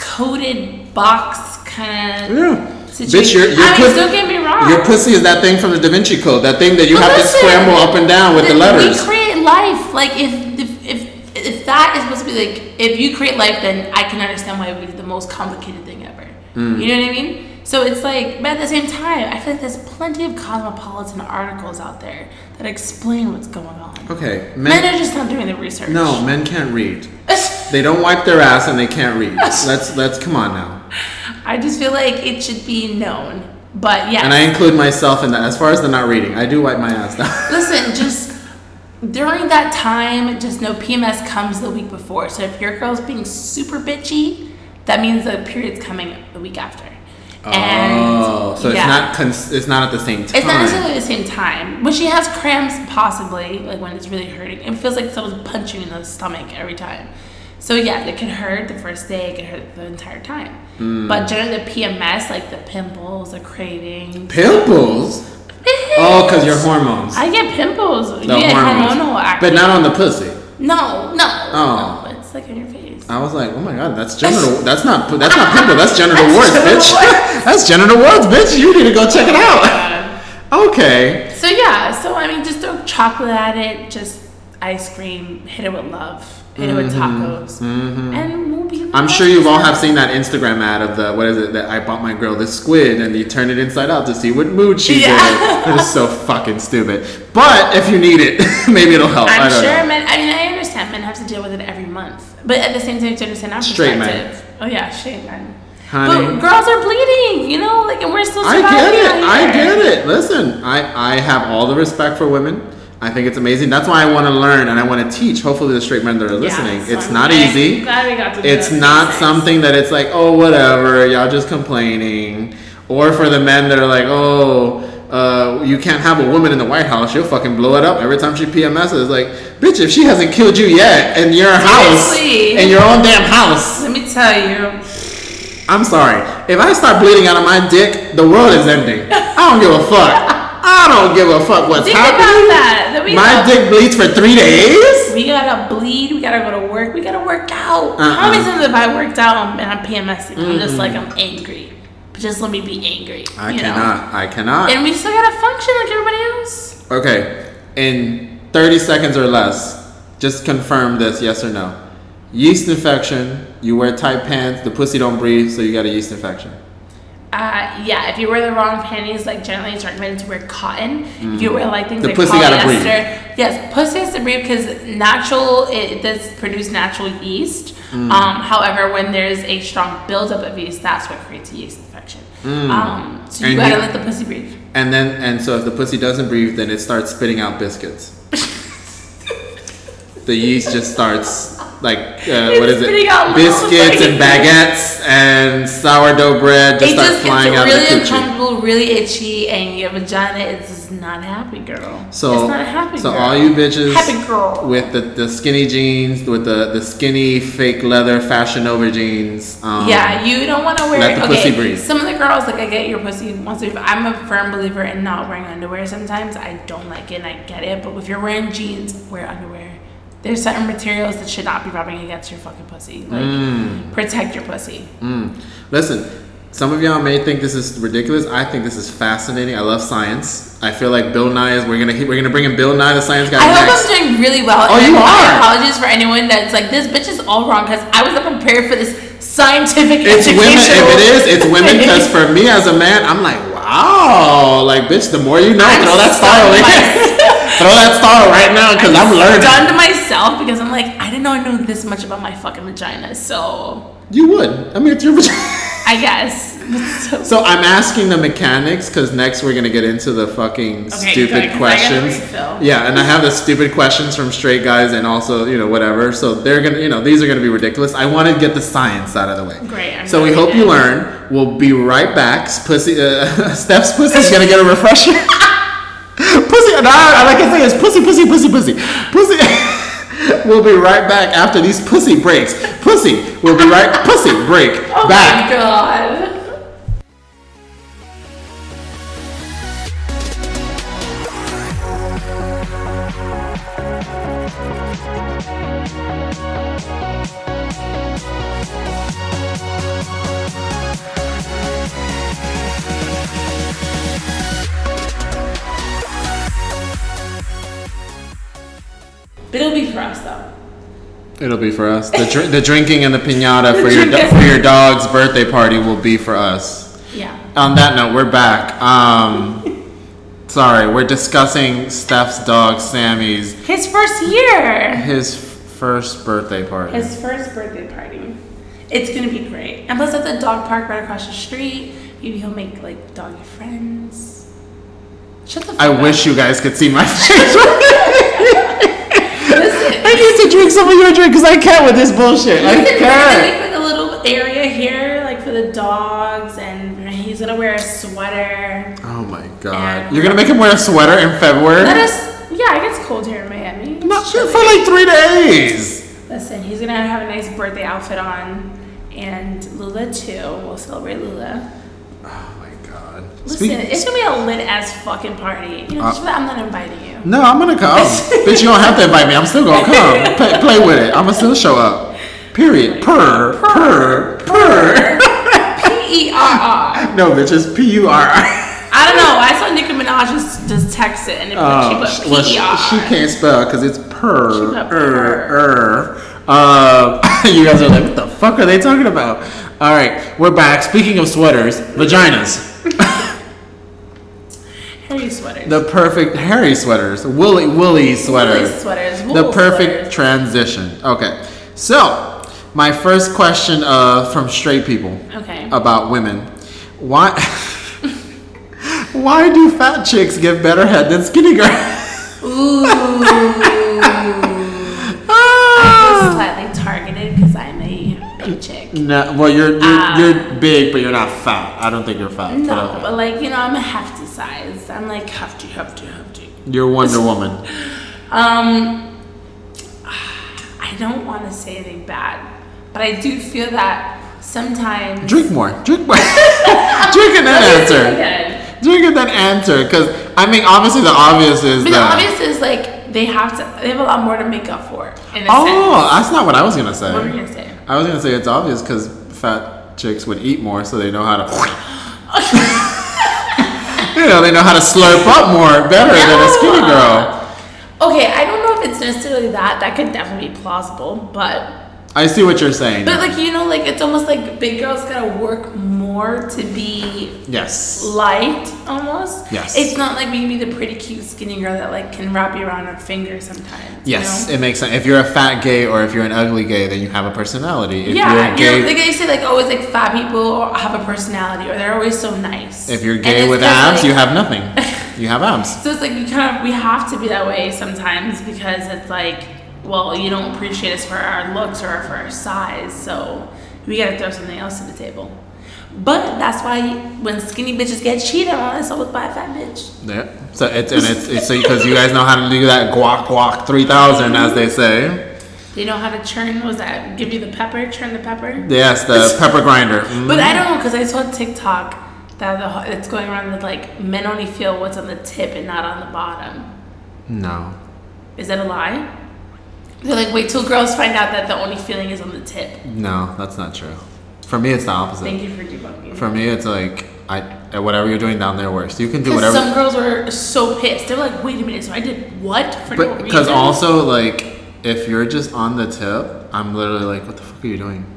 C: coded box kind of
B: yeah.
C: situation.
B: Bitch, you're, you're
C: I mean,
B: put-
C: don't get me wrong.
B: Your pussy is that thing from the Da Vinci Code, that thing that you
C: But
B: have
C: listen,
B: to scramble up and down with the,
C: we-
B: letters.
C: We create life. Like if if if if that is supposed to be like if you create life, then I can understand why it would be the most complicated thing ever.
B: Hmm.
C: You know what I mean? So it's like, but at the same time, I feel like there's plenty of cosmopolitan articles out there that explain what's going on.
B: okay,
C: Men
B: men.
C: are just not doing the research.
B: No, men can't read. They don't wipe their ass and they can't read. Let's let's come on now.
C: I just feel like it should be known. But yeah,
B: And I include myself in that. As far as the not reading, I do wipe my ass down.
C: listen, just during that time, just know PMS comes the week before. So if your girl's being super bitchy, that means the period's coming the week after.
B: oh, so
C: yeah.
B: it's not cons- it's not at the same time.
C: It's not necessarily the same time. When she has cramps, possibly, like when it's really hurting, it feels like someone's punching you in the stomach every time. So yeah, it can hurt the first day, it can hurt the entire time.
B: Hmm.
C: But generally, the PMS, like the pimples, the cravings.
B: Pimples. Oh, because your hormones.
C: I get pimples. you
B: The
C: get
B: hormones.
C: hormonal acne.
B: But not on the pussy.
C: No, no.
B: Oh.
C: No, it's like on your face.
B: I was like, oh my god, that's genital. That's not. That's not pimple. That's genital warts,
C: genital
B: bitch. that's genital warts, bitch. You need to go check it out. Okay.
C: So yeah, so I mean, just throw chocolate at it, just ice cream, hit it with love, hit it with tacos, and we'll be.
B: Mm-hmm. I'm sure you've all have seen that Instagram ad of the what is it that I bought my girl this squid and you turn it inside out to see what mood she's
C: Yeah.
B: in. It is so fucking stupid. But if you need it, maybe it'll help. I
C: I'm
B: don't
C: sure
B: know.
C: men. I mean, I understand men have to deal with it every month, but at the same time, to understand our
B: Straight men.
C: perspective. Oh yeah, straight men.
B: Honey.
C: But girls are bleeding, you know, like, and we're still.
B: I get
C: surviving
B: it.
C: out
B: I
C: here.
B: get it. Listen, I, I have all the respect for women. I think it's amazing. That's why I want to learn and I want to teach. Hopefully, the straight men that are
C: Yeah,
B: listening.
C: so
B: it's
C: I'm
B: not
C: glad-
B: easy.
C: Glad we got to do
B: It's
C: those
B: not
C: things.
B: something that it's like, oh, whatever, y'all just complaining. Or for the men that are like, oh, uh, you can't have a woman in the White House. She'll fucking blow it up every time she PMSs. Like, bitch, if she hasn't killed you yet in your house,
C: Seriously.
B: in your own damn house,
C: Let me tell you.
B: I'm sorry. If I start bleeding out of my dick, the world is ending. I don't give a fuck. I don't give a fuck what's
C: Think about
B: happening.
C: that. that we
B: My
C: gotta,
B: dick bleeds for three days?
C: We gotta bleed. We gotta go to work. We gotta work out.
B: Uh-uh.
C: How many times have I worked out and I'm PMSing? I'm just like I'm angry. But just let me be angry.
B: Mm-hmm. I
C: you know?
B: cannot. I cannot.
C: And we still gotta function like everybody else.
B: Okay, in 30 seconds or less, just confirm this yes or no. Yeast infection, you wear tight pants, the pussy don't breathe, so you got a yeast infection.
C: Uh, yeah, if you wear the wrong panties, like generally it's recommended to wear cotton. If you wear like things
B: Mm-hmm. The
C: like
B: pussy gotta
C: polyester,
B: breathe.
C: yes, pussy has to breathe because natural it it does produce natural yeast.
B: Mm.
C: Um, however, when there's a strong buildup of yeast, that's what creates a yeast infection. Um, so you
B: Mm. And
C: gotta
B: you-
C: let the pussy breathe.
B: And then, and so if the pussy doesn't breathe, then it starts spitting out biscuits. the yeast just starts, like, uh, what is
C: spitting
B: it?
C: out
B: Biscuits
C: little
B: and baguettes and sourdough bread just
C: it
B: start
C: just
B: flying
C: gets
B: out
C: really
B: of the coochie.
C: uncomfortable, really itchy, and your vagina is just not happy, girl.
B: So,
C: it's not happy.
B: so
C: girl.
B: all you bitches
C: happy girl.
B: with the, the skinny jeans, with the, the skinny fake leather fashion over jeans. Um,
C: yeah, you don't want to wear.
B: let the
C: okay,
B: pussy breathe.
C: Some of the girls like I get your pussy wants to. I'm a firm believer in not wearing underwear. Sometimes I don't like it, and I get it. But if you're wearing jeans, wear underwear. There's certain materials that should not be rubbing against your fucking pussy. Like protect your pussy.
B: Mm. Listen, some of y'all may think this is ridiculous. I think this is fascinating. I love science. I feel like Bill Nye is. We're gonna we're gonna bring in Bill Nye the Science Guy
C: I hope
B: next.
C: I'm doing really well.
B: Oh,
C: and I
B: you are.
C: Apologies for anyone that's like, this bitch is all wrong because I was not prepared for this scientific
B: It's women.
C: educational-
B: If it is, it's women. Because for me as a man, I'm like, wow, like bitch. The more you know,
C: I'm
B: throw that star
C: stunned
B: away. throw that star right now, because I'm learning.
C: done to myself because I'm like, I didn't know I knew this much about my fucking vagina. So
B: You would. I mean, it's your vagina.
C: I guess. So,
B: So I'm asking the mechanics because next we're gonna get into the fucking
C: Okay,
B: stupid
C: good, 'cause I gotta
B: questions.
C: refill.
B: Yeah, and I have the stupid questions from straight guys and also you know whatever. So they're gonna you know these are gonna be ridiculous. I want to get the science out of the way.
C: Great, I'm
B: so we
C: really
B: hope you
C: good.
B: learn. We'll be right back. Pussy. Uh, Steph's pussy's gonna get a refresher. pussy. No, I like to say it's pussy, pussy, pussy, pussy, pussy. we'll be right back after these pussy breaks. Pussy. We'll be right. Pussy break.
C: oh
B: back.
C: my god. But it'll be for us though.
B: It'll be for us. The, dr- the drinking and the pinata
C: The
B: for your do-
C: drinking.
B: for your dog's birthday party will be for us.
C: Yeah.
B: On that note, we're back. Um, sorry, we're discussing Steph's dog Sammy's
C: His first year.
B: his f- first birthday party.
C: His first birthday party. It's gonna be great. And plus, at the dog park right across the street, maybe he'll make like doggy friends. Shut the. Fuck
B: I
C: up.
B: wish you guys could see my face.
C: Listen,
B: I need to drink some of your drink because I can't with this bullshit. I
C: Listen, we're gonna
B: can't.
C: make like a little area here, like for the dogs, and he's gonna wear a sweater.
B: Oh my
C: Yeah.
B: god! You're gonna make him wear a sweater in February?
C: Let us. Yeah, it gets cold here in Miami. It's
B: Not for
C: chilly.
B: like three days.
C: Listen, he's gonna have a nice birthday outfit on, and Lula too. We'll celebrate Lula.
B: Oh my god!
C: Listen,
B: Speak- Uh,
C: it's gonna be a lit as fucking party. You know, just for that, I'm not inviting you.
B: No, I'm gonna come. Bitch, you don't have to invite me. I'm still gonna come. Play, play with it. I'ma still show up. Period. Purr. Purr. Purr.
C: P E R R.
B: No, bitch, it's P U R I.
C: I don't know. I saw Nicki Minaj just, just text it and it,
B: Oh,
C: she
B: sh-
C: put
B: well,
C: P
B: she,
C: E R.
B: she can't spell because it's purr.
C: She put
B: Er, er. Uh, you guys are like, what the fuck are they talking about? All right, we're back. Speaking of sweaters, vaginas.
C: Harry sweaters.
B: The perfect hairy sweaters. Woolly, woolly sweaters.
C: Woolly sweaters.
B: the
C: wool
B: perfect
C: sweaters.
B: transition. Okay, so my first question uh, from straight people
C: Okay.
B: about women: Why, why do fat chicks give better head than skinny girls?
C: Ooh.
B: Ah!
C: slightly targeted because I'm a big chick.
B: no, well, you're you're,
C: Ah.
B: you're big, but you're not fat. I don't think you're fat. but
C: No,
B: okay.
C: but like you know, I'm a hefty size. I'm like hefty, hefty, hefty.
B: you're Wonder Woman.
C: Um, I don't want to say anything bad, but I do feel that sometimes.
B: Drink more. Drink more. Drink and then answer.
C: Okay.
B: Drink and then answer. Because I mean, obviously, the obvious is
C: But the
B: that.
C: obvious is like they have to. They have a lot more to make up for. In a
B: oh, that's not what I was gonna say.
C: sense. what were you gonna say?
B: I was gonna say it's obvious because fat chicks would eat more, so they know how to. you know, they know how to slurp up more better than a skinny girl.
C: Okay, I don't know if it's necessarily that. That could definitely be plausible, but
B: I see what you're saying.
C: but like you know, like it's almost like big girls gotta work more to be
B: yes.
C: liked almost.
B: Yes.
C: It's not like maybe the pretty cute skinny girl that like can wrap you around her finger sometimes. you
B: Yes,
C: know?
B: it makes sense. If you're a fat gay or if you're an ugly gay, then you have a personality. If
C: yeah,
B: you're
C: you
B: gay,
C: know, like they say, like always, like fat people have a personality, or they're always so nice.
B: if you're
C: And
B: gay
C: it's
B: with
C: 'cause,
B: abs,
C: like,
B: you have nothing. You have abs.
C: So it's like we kind of we have to be that way sometimes because it's like, well, you don't appreciate us for our looks or for our size, so we gotta throw something else to the table. But that's why when skinny bitches get cheated on, it's always by a fat bitch.
B: Yeah. So it's and it's it's because you guys know how to do that guac guac three thousand as they say.
C: They know how to churn. What was that give you the pepper? Churn the pepper.
B: Yes, the pepper grinder. Mm.
C: But I don't know because I saw TikTok that the, ho- it's going around that like men only feel what's on the tip and not on the bottom.
B: Mm. No.
C: Is that a lie? They're like, wait till girls find out that the only feeling is on the tip.
B: No, that's not true. For me, it's the opposite.
C: Thank you for debunking.
B: Um, For me, it's like I eh, whatever you're doing down there works. You can do
C: Because
B: whatever.
C: some girls were so pissed. They were like, wait a minute, so I did what for no
B: but
C: reason?
B: because also like if you're just on the tip, I'm literally like, what the fuck are you doing?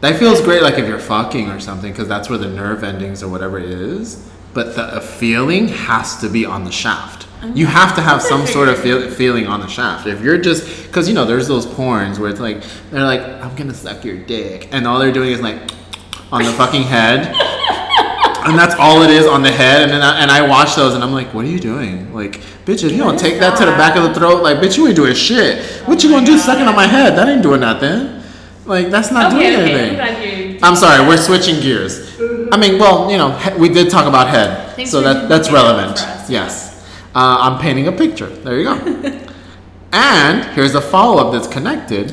B: That feels great, like if you're fucking or something, because that's where the nerve endings or whatever it is. But the a feeling has to be on the shaft.
C: Mm-hmm.
B: You have to have some sort of feel, feeling on the shaft. If you're just, because you know, there's those porns where it's like they're like, "I'm gonna suck your dick," and all they're doing is like on the fucking head, and that's all it is on the head. And then I, and I watch those, and I'm like, "What are you doing? Like, bitch, if you don't take that to the back of the throat, like, bitch, you ain't doing shit. What you gonna do sucking on my head? That ain't doing nothing. Like, that's not doing anything."
A: I'm glad you.
B: I'm sorry, we're switching gears.
C: Mm-hmm.
B: I mean, well, you know, he- we did talk about head,
C: Thanks
B: so
C: for
B: that that's
C: making it up
B: relevant.
C: for us.
B: Yes, uh, I'm painting a picture. There you go. and here's a follow up that's connected.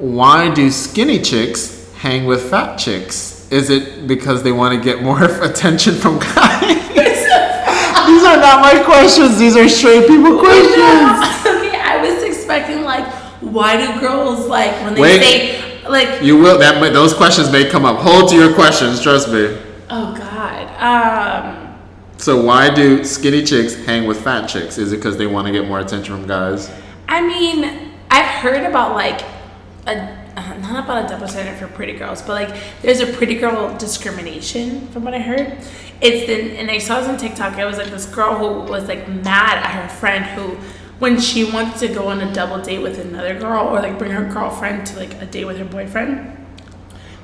B: Why do skinny chicks hang with fat chicks? Is it because they want to get more attention from guys? These are not my questions. These are straight people questions.
C: okay, I was expecting like, why do girls like when they
B: Wait.
C: say like,
B: You will that may- those questions may come up. Hold to your questions. Trust me.
C: oh god, um.
B: So why do skinny chicks hang with fat chicks? Is it because they want to get more attention from guys?
C: I mean, I've heard about like a uh, not about a double standard for pretty girls, but like there's a pretty girl discrimination from what I heard. It's the, and I saw this on TikTok. It was like this girl who was like mad at her friend who, when she wants to go on a double date with another girl or like bring her girlfriend to like a date with her boyfriend,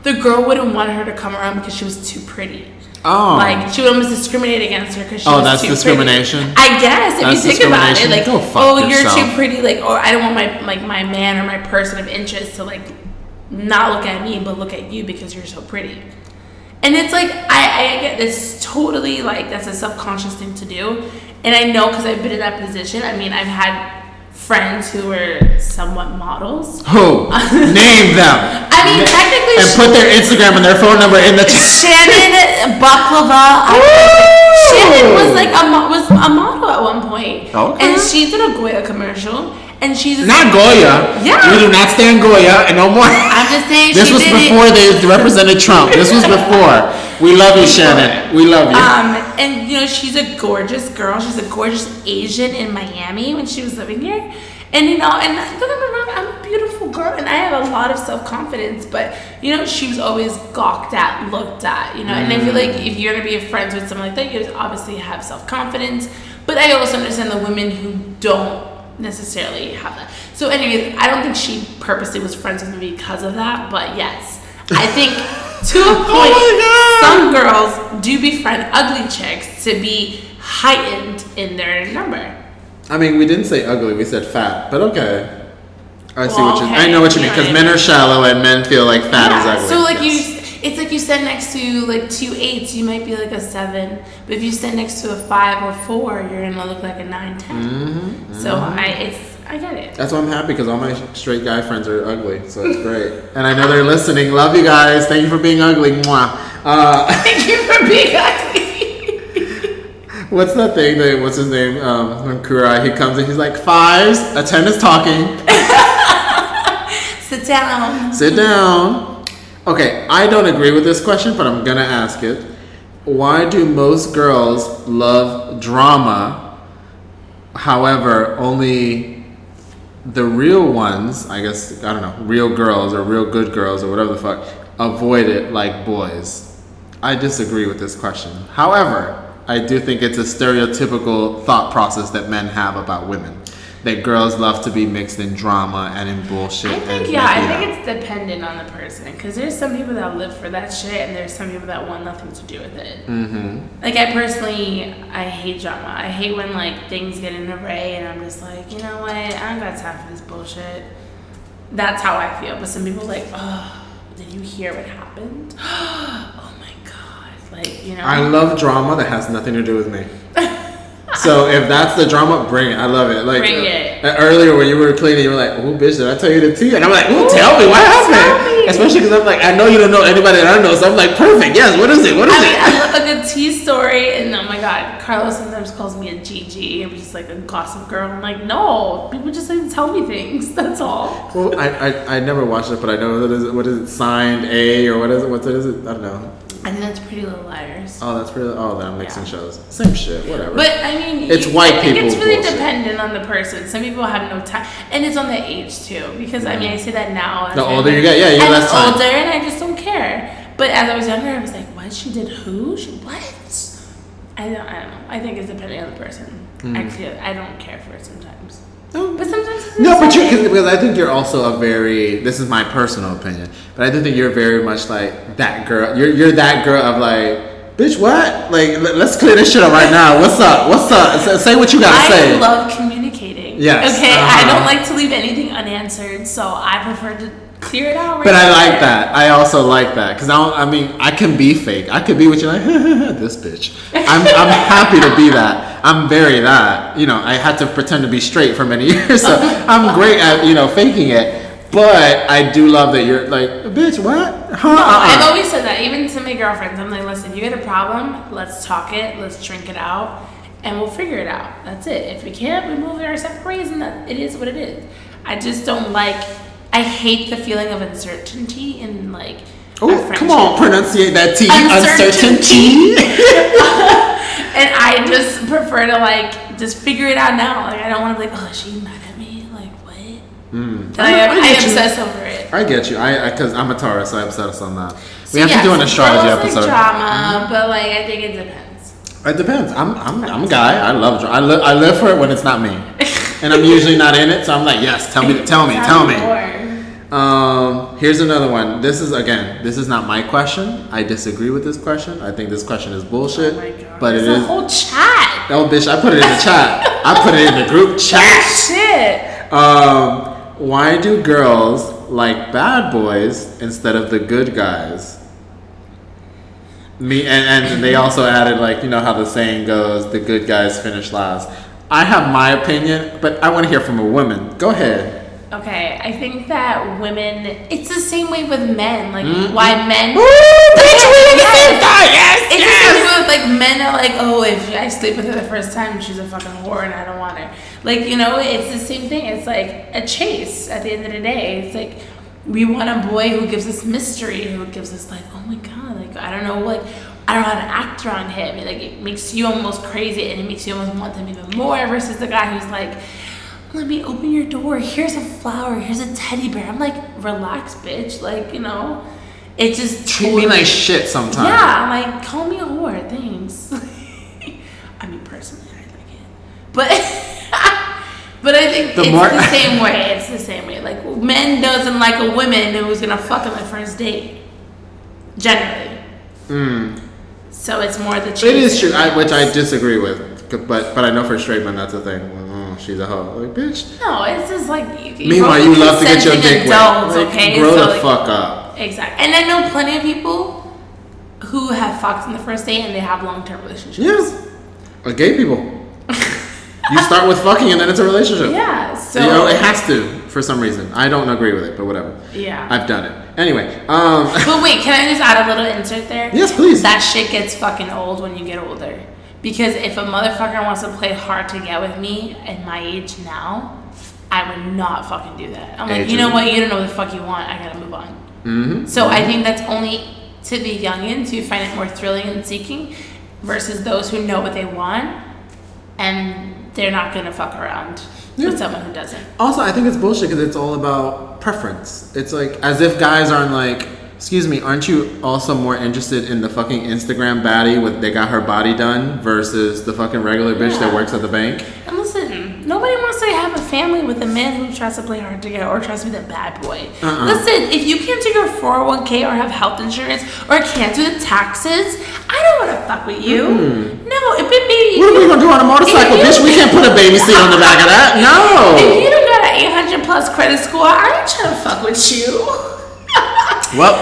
C: the girl wouldn't want her to come around because she was too pretty.
B: Oh,
C: Like she would almost discriminate against her because she
B: Oh,
C: was
B: that's
C: too pretty.
B: discrimination?
C: I guess if
B: That's
C: you think about it,
B: discrimination?
C: like
B: Go fuck
C: oh you're
B: yourself.
C: too pretty, like or I don't want my like my man or my person of interest to like not look at me but look at you because you're so pretty. And it's like I, I get this totally like that's a subconscious thing to do, and I know because I've been in that position. I mean I've had friends who were somewhat models.
B: who? Name them
C: I mean technically
B: and put their Instagram and their phone number in the chat.
C: Shannon Baklava. I- Shannon was like a mo- was a model at one point,
B: Oh. Okay.
C: and she did a Goya commercial, and she's just
B: Not Goya.
C: Yeah.
B: You do not stand Goya and no more.
C: I'm just saying
B: This
C: she
B: was
C: did
B: before
C: it.
B: they represented Trump. This was before. We love you, Shannon. We love you.
C: Um, and you know she's a gorgeous girl. She's a gorgeous Asian in Miami when she was living here, and you know, and don't get me wrong, I'm a beautiful girl, and I have a lot of self confidence. But you know, she was always gawked at, looked at, you know. And I feel like if you're gonna be friends with someone like that, you obviously have self confidence. But I also understand the women who don't necessarily have that. So, anyways, I don't think she purposely was friends with me because of that. But yes, I think to a point,
B: my God.
C: some some girls do befriend ugly chicks to be heightened in their number.
B: I mean, we didn't say ugly. We said fat. But okay. I see
C: Well,
B: what you.
C: okay,
B: I know what you mean
C: yeah,
B: because
C: I
B: men are shallow and men feel like fat
C: Yeah,
B: is ugly.
C: So like
B: Yes.
C: you, it's like you stand next to like two eights, you might be like a seven, but if you stand next to a five or four, you're gonna look like a nine ten. So I, it's I get it.
B: That's why I'm happy because all my sh- straight guy friends are ugly, so it's great. and I know they're listening. Love you guys. Thank you for being ugly. Mwah. Uh,
C: Thank you for being ugly.
B: what's that thing that what's his name? Um, from Kurai, he comes in. He's like fives. A ten is talking.
C: Sit down.
B: Sit down. Okay, I don't agree with this question, but I'm gonna ask it. Why do most girls love drama? However, only the real ones, I guess, I don't know, real girls or real good girls or whatever the fuck, avoid it like boys. I disagree with this question. However, I do think it's a stereotypical thought process that men have about women. That girls love to be mixed in drama and in bullshit.
C: I think
B: and
C: yeah,
B: making
C: I
B: out.
C: think it's dependent on the person because there's some people that live for that shit and there's some people that want nothing to do with it. Mm-hmm. Like I personally, I hate drama. I hate when like things get in a ray and I'm just like, you know what, I don't got time for this bullshit. That's how I feel. But some people like, oh, did you hear what happened? oh my god, like you know.
B: I love drama that has nothing to do with me. so if that's the drama, bring it. I love it. Like
C: Bring it.
B: uh, earlier when you were cleaning, you were like, "Ooh, bitch, did I tell you the tea?" And I'm like, "Ooh, tell me what happened."
C: me.
B: Especially because I'm like, I know you don't know anybody that I know, so I'm like, "Perfect, yes. What is it? What is
C: I mean,
B: it?"
C: I love a good tea story, and oh my god, Carlos sometimes calls me a GG, which is like a gossip girl. I'm like, no, people just like to tell me things. That's all.
B: well, I, I I never watched it, but I know what is it? What is it? Signed A or what is it? What is it? I don't know.
C: I think that's Pretty Little Liars.
B: Oh, that's pretty. Oh, that I'm mixing
C: Yeah.
B: shows. Same shit. Whatever.
C: But I mean,
B: It's
C: you-
B: white
C: I think It's
B: people
C: really
B: bullshit.
C: dependent on the person. Some people have no time, and it's on the age too. Because I mean, I say that now. as
B: Mm-hmm. The
C: I'm,
B: older you
C: like,
B: get, yeah, you have
C: I'm
B: less time.
C: older, and I just don't care. But as I was younger, I was like, what? She did who? She what? I don't, I don't know. I think it's depending on the person.
B: Mm.
C: Actually, I don't care for it sometimes.
B: No.
C: But sometimes it's
B: No, but you
C: exciting.
B: because I think you're also a very. This is my personal opinion, but I do think you're very much like that girl. You're you're that girl of like, bitch, what? Like, let, us clear this shit up right now. What's up? What's up? Say- Say what you gotta
C: I
B: say.
C: love communicating.
B: Yes,
C: Okay, I
B: uh-huh.
C: don't like to leave anything unanswered, so I prefer to clear it out. Right
B: but I
C: there.
B: like that. I also like that because I don't. I mean, I can be fake. I could be what you're like. this bitch. I'm I'm happy to be that. I'm very that. You know, I had to pretend to be straight for many years, so I'm great at you know faking it. But I do love that you're like, bitch, what? Huh?
C: No, Oh, I've
B: Uh-uh."
C: always said that, even to my girlfriends. I'm like, listen, you got a problem, let's talk it, let's drink it out, and we'll figure it out. That's it. If we can't, we move our separate ways, and that, it is what it is. I just don't like. I hate the feeling of uncertainty in like. a
B: Oh, come
C: friendship.
B: on, pronunciate that T.
C: Uncertainty.
B: Uncertainty.
C: And I just prefer to like just figure it out now. Like I don't want to be like, oh, she mad at me. Like what?
B: Hmm.
C: And I am,
B: I
C: I
B: get
C: am
B: you.
C: obsessed over it.
B: I get you. I because I'm a Taurus, so I obsess on that.
C: So
B: We have to do
C: yes,
B: an astrology
C: girls like
B: episode.
C: drama, but like I think it depends.
B: It depends. I'm I'm I'm a guy. I love dra- I live I live for it when it's not me, and I'm usually not in it. So I'm like, yes, tell me, tell me, tell me.
A: Or,
B: Um, here's another one. This is again. This is not my question. I disagree with this question. I think this question is bullshit.
A: Oh my God.
B: But it
C: It's a
B: is.
C: whole chat.
B: Oh bitch! I put it in the chat. I put it in the group chat.
C: Shit.
B: Um, why do girls like bad boys instead of the good guys? Me and, and they also added like you know how the saying goes, the good guys finish last. I have my opinion, but I want to hear from a woman. Go ahead.
C: Okay, I think that women. It's the same way with men. Like
B: Hmm?
C: why men.
B: Yes,
C: It's just something with like men are like, oh, if I sleep with her the first time, she's a fucking whore and I don't want her. Like, you know, it's the same thing. It's like a chase at the end of the day. It's like we want a boy who gives us mystery, who gives us like, oh my god, like I don't know, like I don't know how to act around him. And, like it makes you almost crazy and it makes you almost want them even more versus the guy who's like let me open your door. Here's a flower. Here's a teddy bear. I'm like, relax, bitch. Like, you know, it just
B: Treat me like
C: totally-
B: shit sometimes.
C: yeah, like call me a whore, thanks. I mean, personally, I like it, but but I think
B: The
C: it's
B: more-
C: the same way. It's the same way. Like men doesn't like a woman who's gonna fuck on the first date, generally. So it's more the
B: Hmm. It is true, I, which I disagree with, but but I know for straight men that's a thing. Mm, she's a hoe. Like bitch.
C: No, it's just like you, you
B: Meanwhile,
C: both
B: you love to get your
C: consenting
B: dick wet.
C: adults,
B: Like,
C: okay?
B: grow
C: So,
B: the
C: like,
B: fuck up.
C: Exactly, and I know plenty of people who have fucked on the first date and they have long term relationships.
B: Yes. Or gay people. you start with fucking and then it's a relationship.
C: Yeah, so
B: you know, it has to for some reason. I don't agree with it, but whatever.
C: Yeah.
B: I've done it. Anyway, um
C: But wait, can I just add a little insert there?
B: Yes, please.
C: That shit gets fucking old when you get older. Because if a motherfucker wants to play hard to get with me at my age now, I would not fucking do that. I'm like,
B: Age
C: you know
B: is-
C: what? You don't know what the fuck you want. I gotta move on.
B: mhm.
C: So I think that's only to the youngins who find it more thrilling and seeking versus those who know what they want and they're not gonna fuck around
B: Yeah.
C: with someone who doesn't.
B: Also, I think it's bullshit because it's all about preference. It's like as if guys aren't like, excuse me, aren't you also more interested in the fucking Instagram baddie with they got her body done versus the fucking regular bitch that
C: Yeah.
B: works at the bank?
C: And listen, nobody wants to have a family with a man who tries to play hard to get or tries to be the bad boy.
B: Uh-uh.
C: Listen, if you can't do your 401k or have health insurance or can't do the taxes, I don't want to fuck with you. No, if it be
B: Mm-hmm. What are we gonna do on a motorcycle,
C: If
B: bitch?
C: you-
B: We can't put a baby seat on the back of that. No.
C: if you don't got an 800 plus credit score, I ain't trying to fuck with you.
B: Well,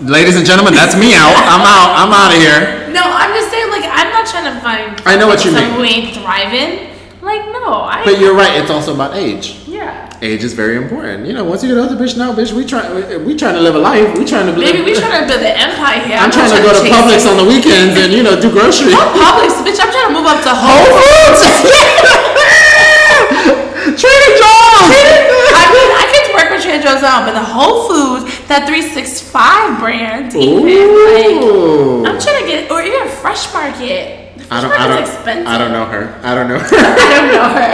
B: ladies and gentlemen, that's me out. I'm out. I'm out of here.
C: no, I'm just saying, like, I'm not trying to find
B: I know what you
C: someone who ain't thriving. Like, no, I.
B: But you're right. It's also about age.
C: yeah.
B: Age is very important. You know, once you get older, bitch, now, bitch, we try, we, we trying to live a life. We trying to.
C: Baby, we trying to build an empire here.
B: I'm
C: not
B: trying to go to
C: chase
B: Publix
C: you.
B: on the weekends and you know do grocery.
C: Not Publix, bitch. I'm trying to move up to
B: Whole
C: home.
B: Foods. Trader Joe's.
C: I mean, I could work with Trader Joe's now, but the Whole Foods, that 365 brand, even. Like,
B: Ooh.
C: I'm trying to get, or even Fresh Market. The Fresh
B: I don't. I
C: Market's
B: don't.
C: expensive.
B: I don't know her. I don't know her.
C: I don't know her.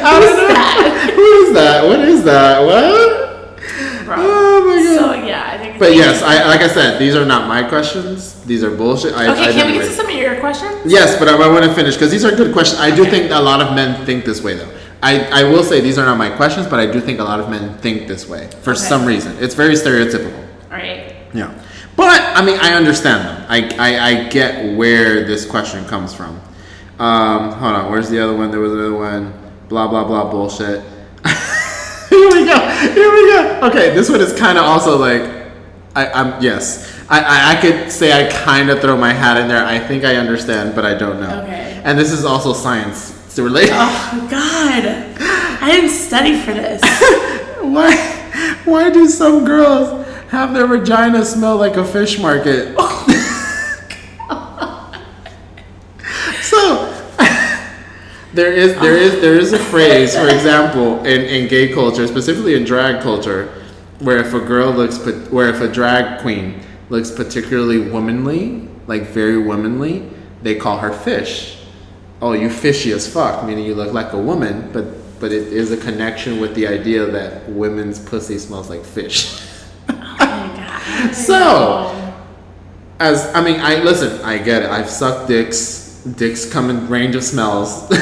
B: I
C: Who's
B: don't know.
C: that?
B: Who is that? What is that? What?
C: Bro.
B: Oh my god.
C: So yeah, Yeah, I think.
B: But yes, I like I said, these are not my questions. These are bullshit. I,
C: okay,
B: I
C: can we
B: didn't
C: get to
B: write-
C: some of your questions?
B: Yes, but I, I want to finish because these are good questions. I do
C: Okay.
B: think a lot of men think this way, though. I, I will say these are not my questions, but I do think a lot of men think this way for
C: Okay.
B: some reason. It's very stereotypical.
C: All right.
B: Yeah. But, I mean, I understand them. I, I, I get where this question comes from. Um, hold on, where's the other one? There was another one. Blah, blah, blah, bullshit. Here we go. Here we go. Okay, this one is kind of also like, I, I'm, yes. I, I, I could say I kind of throw my hat in there. I think I understand, but I don't know.
C: Okay.
B: And this is also science. It's related.
C: Oh God, I didn't study for this.
B: Why, why do some girls have their vagina smell like a fish market? so there is there is there is a phrase, for example, in, in gay culture, specifically in drag culture, where if a girl looks pa- where if a drag queen looks particularly womanly, like very womanly, they call her fish. Oh, you fishy as fuck, meaning you look like a woman, but but it is a connection with the idea that women's pussy smells like fish.
C: Oh my God.
B: So, as I mean, I listen. I get it. I've sucked dicks. Dicks come in range of smells.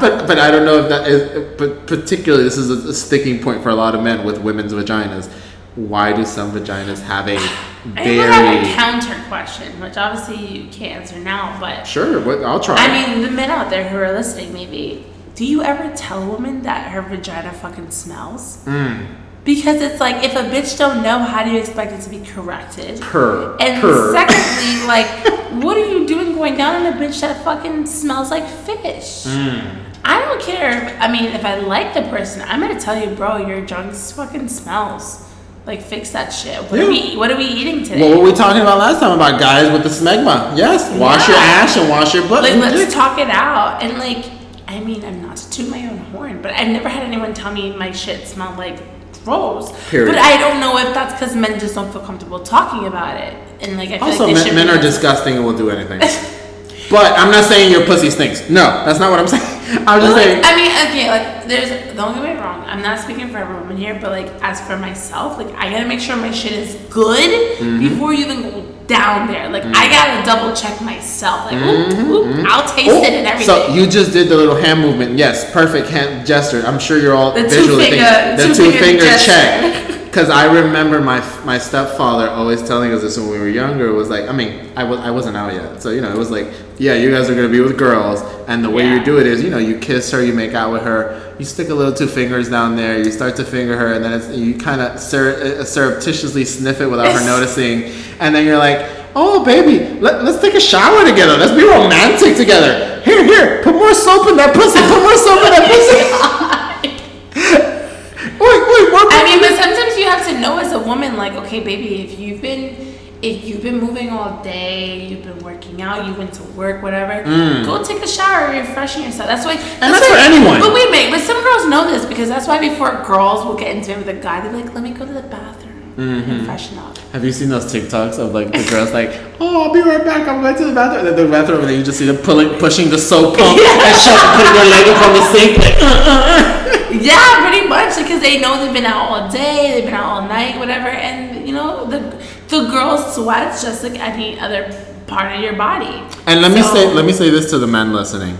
B: But, but I don't know if that is, but particularly this is a, a sticking point for a lot of men with women's vaginas. Why do some vaginas have a
C: I think I have a
B: very
C: counter question, which obviously you can't answer now, but
B: sure? What I'll try.
C: I mean, the men out there who are listening, maybe, do you ever tell a woman that her vagina fucking smells?
B: Mm.
C: Because it's like, if a bitch don't know, how do you expect it to be corrected?
B: purr,
C: And
B: purr.
C: secondly, like, what are you doing going down on a bitch that fucking smells like fish?
B: Mm.
C: I don't care. If, I mean, if I like the person, I'm gonna tell you, bro, your junk fucking smells. Like, fix that shit. What are
B: Yeah.
C: we? What are we eating today?
B: what were we talking about last time about guys with the smegma? Yes, wash your
C: Yeah.
B: ass and wash your butt.
C: like
B: and
C: let's
B: dick.
C: talk it out and like i mean i'm not to toot my own horn but i've never had anyone tell me my shit smelled like gross
B: Period.
C: but i don't know if that's because men just don't feel comfortable talking about it and like i feel
B: Also,
C: like they
B: men,
C: should
B: men
C: be-
B: are disgusting and will do anything. but I'm not saying your pussy stinks. No, that's not what I'm saying.
C: But,
B: I'm just
C: like,
B: saying.
C: I mean, okay, like, there's, don't get me wrong, I'm not speaking for every woman here, but, like, as for myself, like, I gotta make sure my shit is good
B: Mm-hmm.
C: before you even go down there. Like, I gotta double check myself. Like, oop, oop, I'll taste
B: Oh,
C: it and everything.
B: so you just did the little hand movement. Yes, perfect hand gesture. I'm sure you're all
C: The
B: visually
C: two-finger-
B: thinking- the two
C: two-finger
B: finger
C: gesture.
B: check. Because I remember my my stepfather always telling us this when we were younger. Was like, I mean, I was I wasn't out yet, so you know, it was like, yeah, you guys are gonna be with girls, and the way you
C: Yeah.
B: do it is, you know, you kiss her, you make out with her, you stick a little two fingers down there, you start to finger her, and then it's, you kind of sur- uh, surreptitiously sniff it without her noticing, and then you're like. Oh baby, let, let's take a shower together. Let's be romantic together. Here, here, put more soap in that pussy. Put more soap in that pussy. Wait, wait, more.
C: I mean, but sometimes you have to know as a woman, like, okay, baby, if you've been if you've been moving all day, you've been working out, you went to work, whatever, go take a shower, refreshing yourself. That's why.
B: Mm. And that's for anyone.
C: But wait a minute, but some girls know this because that's why before girls will get into it with a guy, they're like, let me go to the bathroom
B: Mm-hmm.
C: and freshen up.
B: Have you seen those TikToks of like the girls like, oh, I'll be right back. I'm going to the bathroom. And then the bathroom, and then you just see them pulling, pushing the soap pump and shoving, putting their leg up on the sink. Like,
C: Yeah, pretty much because they know they've been out all day, they've been out all night, whatever, and you know the the girl sweats just like any other part of your body.
B: And let me
C: So-
B: say, let me say this to the men listening.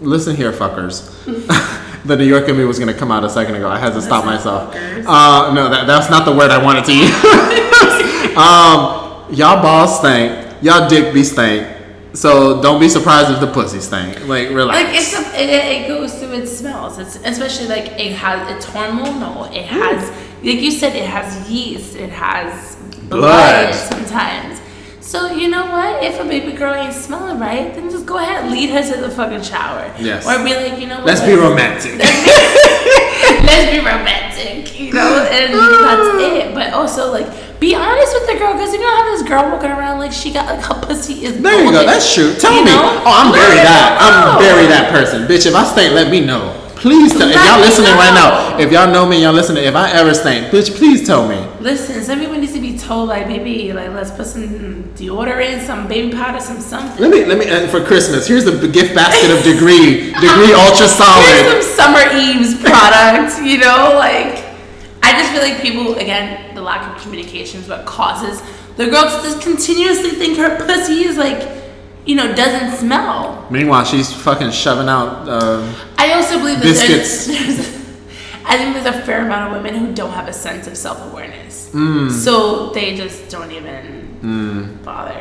B: Listen here, fuckers. the New York in me was gonna come out a second ago. I had to stop
C: Listen,
B: myself.
C: fuckers.
B: Uh, no, that, that's not the word I wanted to use. um, y'all balls stank. Y'all dick be stank. So don't be surprised if the pussy stank. Like relax.
C: Like it's a, it, it goes through its smells. It's especially like it has it's hormonal. It has like you said, it has yeast. It has
B: Blood.
C: blood, sometimes. So you know what? If a baby girl ain't smelling right, then just go ahead, lead her to the fucking shower.
B: Yes.
C: Or be like, you know what?
B: Let's be romantic.
C: Let's be romantic, you know, and that's it. But also, like, be honest with the girl because you know how this girl walking around like she got like her pussy is.
B: There you go.
C: golden.
B: That's true. Tell
C: You
B: me.
C: know?
B: Oh, I'm
C: Let
B: very
C: her
B: that. I'm
C: know.
B: very that person, bitch. If I stink, let me know. Please tell. If
C: Let
B: y'all
C: me
B: listening right now,
C: know.
B: if y'all know me, y'all listening. If I ever stink, bitch, please tell me.
C: Listen, some people needs to be told, like, baby, like, let's put some deodorant, some baby powder, some something.
B: Let me let me and for Christmas. Here's the gift basket of degree degree ultra
C: Here's some
B: solid.
C: Summer Eves product, you know? Like, I just feel like people, again, the lack of communication is what causes the girl to just continuously think her pussy is like, you know, doesn't smell.
B: Meanwhile, she's fucking shoving out. Uh,
C: I also believe that
B: Biscuits.
C: there's, there's I think there's a fair amount of women who don't have a sense of self awareness.
B: Hmm.
C: So they just don't even bother.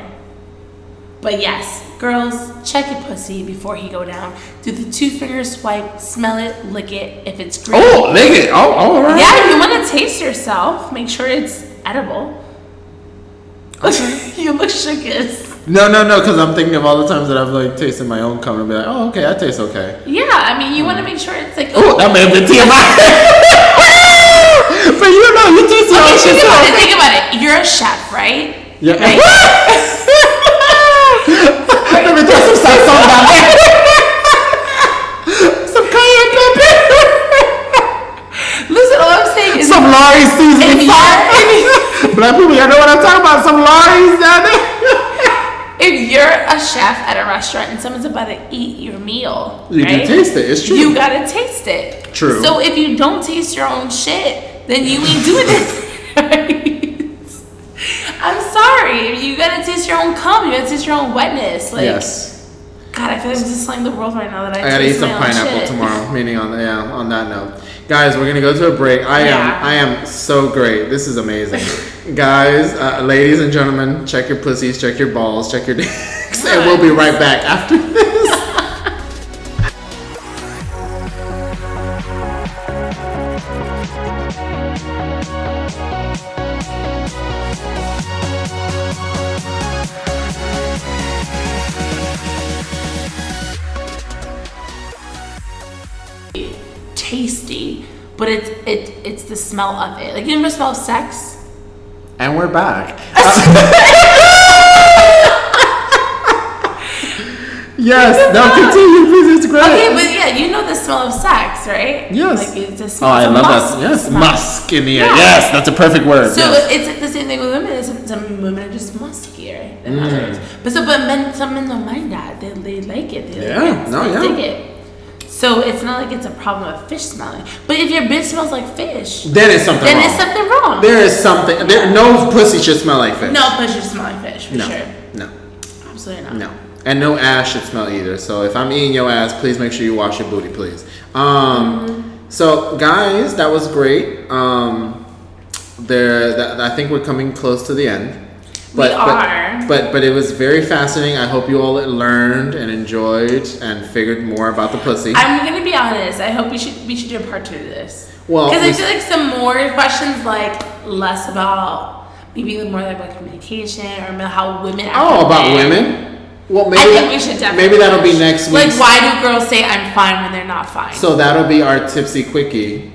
C: But yes, girls, check your pussy before he go down. Do the two finger swipe, smell it, lick it. If it's green,
B: oh, lick it. Oh, all right.
C: yeah, if you want to taste yourself, make sure it's edible. you look shookest.
B: No, no, no. Because I'm thinking of all the times that I've like tasted my own cum and be like, oh, okay, that tastes okay.
C: Yeah, I mean, you want to make sure it's like.
B: Oh, that may have been TMI. but you know, you taste your
C: Okay,
B: own
C: think
B: shit.
C: about it.
B: so-
C: Think about it. You're a chef, right?
B: Yeah.
C: Right?
B: I never throw some sauce on down there. some cayenne pepper.
C: Listen, all I'm saying is.
B: some Larry's
C: if
B: seasoning.
C: you're,
B: Black people, y'all know what I'm talking about. Some Larry's down there.
C: if you're a chef at a restaurant and someone's about to eat your meal,
B: You can
C: right?
B: taste it, it's true.
C: You gotta taste it.
B: True.
C: So if you don't taste your own shit, then you ain't doing this. right? I'm sorry. You gotta taste your own cum. You gotta taste your own wetness. Like,
B: yes.
C: God, I feel like I'm just slaying the world right now that I,
B: I gotta eat
C: taste
B: some
C: my own
B: pineapple
C: shit.
B: tomorrow. Meaning on yeah, on that note. Guys, we're gonna go to a break. I
C: Yeah.
B: am I am so great. This is amazing. Guys, uh, ladies and gentlemen, check your pussies, check your balls, check your dicks, and we'll be right back after this.
C: Tasty, but it's it it's the smell of it. Like you ever smell of sex?
B: And we're back. yes, no, continue, please. It's great.
C: Okay, but yeah, you know the smell of sex, right?
B: Yes.
C: Like it's the smell.
B: oh, I
C: it's a
B: love
C: musk
B: that. Yes,
C: smell.
B: musk in the air.
C: Yeah.
B: Yes, that's a perfect word.
C: So
B: yes.
C: it's the same thing with women. is Some women are just muskier than
B: Mm.
C: others. But so, but men, some men don't mind that. They, they like it. They
B: Yeah.
C: like it.
B: No,
C: They
B: yeah.
C: dig it. So it's not like it's a problem of fish smelling. But if your bitch smells like fish,
B: Then it's something
C: then
B: wrong.
C: it's something wrong.
B: there is something. There, no pussy should smell like fish.
C: no, but you smell like fish for
B: No.
C: sure.
B: No.
C: Absolutely not.
B: No. And no ass should smell either. So if I'm eating your ass, please make sure you wash your booty, please. Um, So guys, that was great. Um, there, that, I think we're coming close to the end. But,
C: are.
B: But, but but it was very fascinating. I hope you all learned and enjoyed and figured more about the pussy.
C: I'm gonna be honest. I hope we should we should do a part two of this.
B: Well,
C: because I
B: we-
C: feel like some more questions, like less about maybe more like about communication or how women. act
B: oh,
C: with
B: about
C: men.
B: women. Well, maybe
C: I think we should definitely.
B: maybe that'll be next week.
C: Like, why do girls say I'm fine when they're not fine?
B: So that'll be our tipsy quickie,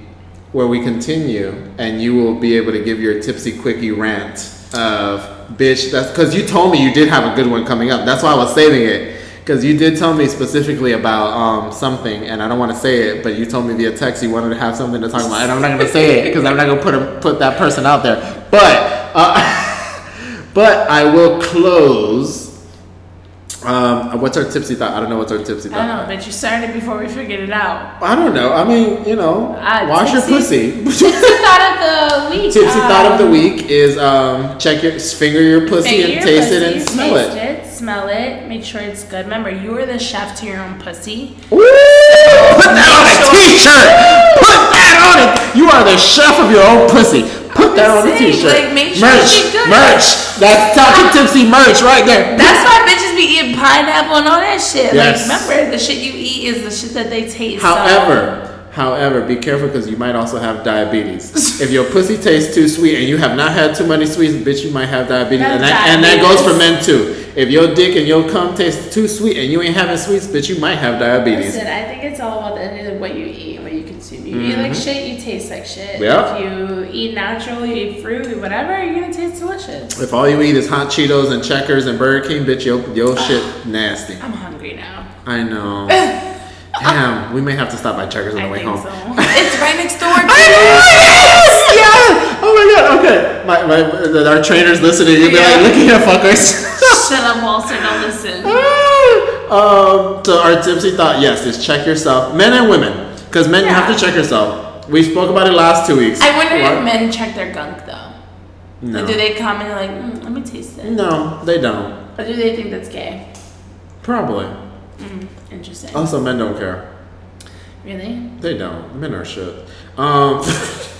B: where we continue, and you will be able to give your tipsy quickie rant of bitch. That's because you told me you did have a good one coming up. That's why I was saving it because you did tell me specifically about um, something, and I don't want to say it, but you told me via text you wanted to have something to talk about, and I'm not going to say it because I'm not going to put a, put that person out there. But uh, but I will close. Um, what's our tipsy thought? I don't know what's our tipsy
C: I
B: thought.
C: don't know, but you started before we figured it out.
B: I don't know. I mean, you know,
C: Uh,
B: wash your pussy.
C: Tipsy thought of the week.
B: Tipsy thought of the
C: um,
B: week is um, check your finger your pussy
C: finger
B: and
C: your
B: taste it
C: pussy,
B: and smell
C: taste
B: it.
C: Smell it. Make sure it's good. Remember, you are the chef to your own pussy.
B: Woo! Put that on a t-shirt. Put that on it. You are the chef of your own pussy. Put that on a
C: saying,
B: t-shirt.
C: like, make sure
B: merch,
C: it's good.
B: merch. That's talking tipsy merch right there.
C: That's why bitches be eating pineapple and all that shit.
B: Yes.
C: Like, remember, the shit you eat is the shit that they taste. so-
B: However, however, be careful because you might also have diabetes. if your pussy tastes too sweet and you have not had too many sweets, bitch, you might have diabetes.
C: That's
B: And that, and that goes for
C: diabetes.
B: men too. If your dick and your cum taste too sweet and you ain't having sweets, bitch, you might have diabetes.
C: Listen, I think it's all about the end of what you eat and what you consume. You eat like shit, you taste like shit.
B: Mm-hmm. Yeah.
C: If you eat natural, you eat fruit, whatever, you're gonna taste delicious.
B: If all you eat is hot Cheetos and Checkers and Burger King, bitch, your, your
C: Ah.
B: shit nasty.
C: I'm hungry now.
B: I know. Damn, we may have to stop by Checkers on the
C: I
B: way
C: think
B: home.
C: so. it's right next door.
B: Yes! Yeah! Oh my god, okay. My, my, our trainers listening, you'll be
C: Yeah.
B: like, look at here, fuckers.
C: Shut up, Walter. Don't listen.
B: um, so our tipsy thought, yes, is check yourself, men and women, because men you have
C: Yeah.
B: to check yourself. We spoke about it last two weeks.
C: I wonder
B: What?
C: if men check their gunk though.
B: No.
C: Like, do they come and they're like, mm, let me taste it?
B: No, they don't.
C: Or do they think that's gay?
B: Probably.
C: Mm, interesting.
B: Also, men don't care.
C: Really?
B: They don't. Men are shit. Um,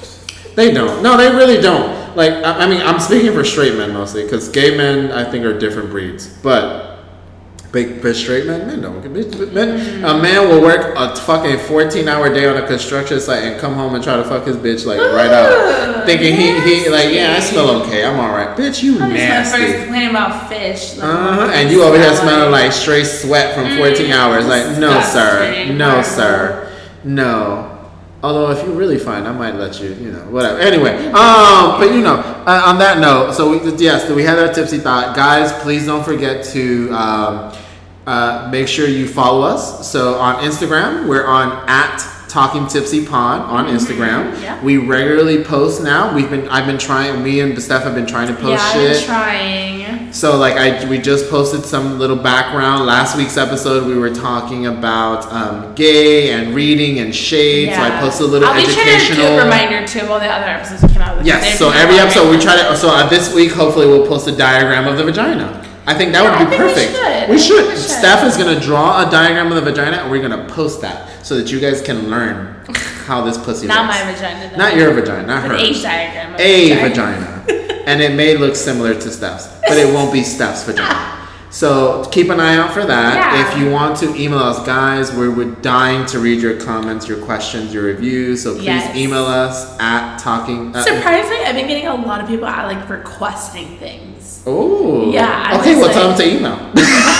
B: they don't. No, they really don't. Like, I, I mean, I'm speaking for straight men mostly because gay men, I think, are different breeds. But. But, but straight men, men don't. bitch, Men, a man will work a fucking 14 hour day on a construction site and come home and try to fuck his bitch like right out.
C: Ugh,
B: Thinking he, he, like, yeah, I
C: Ah, nasty.
B: smell okay. I'm alright. Bitch, you
C: That was
B: nasty.
C: my first complaint about fish. Like,
B: Uh-huh. And you over here
C: smell
B: smelling like straight sweat from 14
C: Mm,
B: hours. Like, no, sir.
C: disgusting.
B: No, sir. No. Although, if you're really fine, I might let you, you know, whatever. Anyway, um, but you know, uh, on that note, so we, yes, we had our tipsy thought. Guys, please don't forget to um, uh, make sure you follow us. So on Instagram, we're on at Talking Tipsy Pod on
C: Mm-hmm.
B: Instagram.
C: yeah.
B: We regularly post now. We've been, I've been trying, me and Steph have been trying to
C: yeah,
B: post
C: I've
B: shit.
C: been trying.
B: So like I we just posted some little background last week's episode. We were talking about um, gay and reading and shade. So I
C: Yeah.
B: posted a little
C: I'll be sure to
B: educational.
C: do a reminder too of all the other episodes that came out.
B: yes. So every episode we try to. So uh, this week hopefully we'll post a diagram of the vagina. I think that
C: Yeah, I
B: would be
C: think we
B: perfect.
C: should.
B: We
C: I think
B: should.
C: we should.
B: Steph is gonna draw a diagram of the vagina and we're gonna post that so that you guys can learn how this pussy
C: Not
B: looks.
C: my vagina. Though.
B: Not your vagina. Not
C: An
B: hers
C: H diagram. of
B: a vagina. and it may look similar to Steph's, but it won't be Steph's vagina. So keep an eye out for that.
C: Yeah.
B: If you want to email us, guys, we're, we're dying to read your comments, your questions, your reviews. So please
C: Yes.
B: email us at talking. Uh,
C: Surprisingly, I've been getting a lot of people at like requesting things.
B: Oh.
C: Yeah, I
B: Okay,
C: was
B: well, tell them
C: like-
B: to email.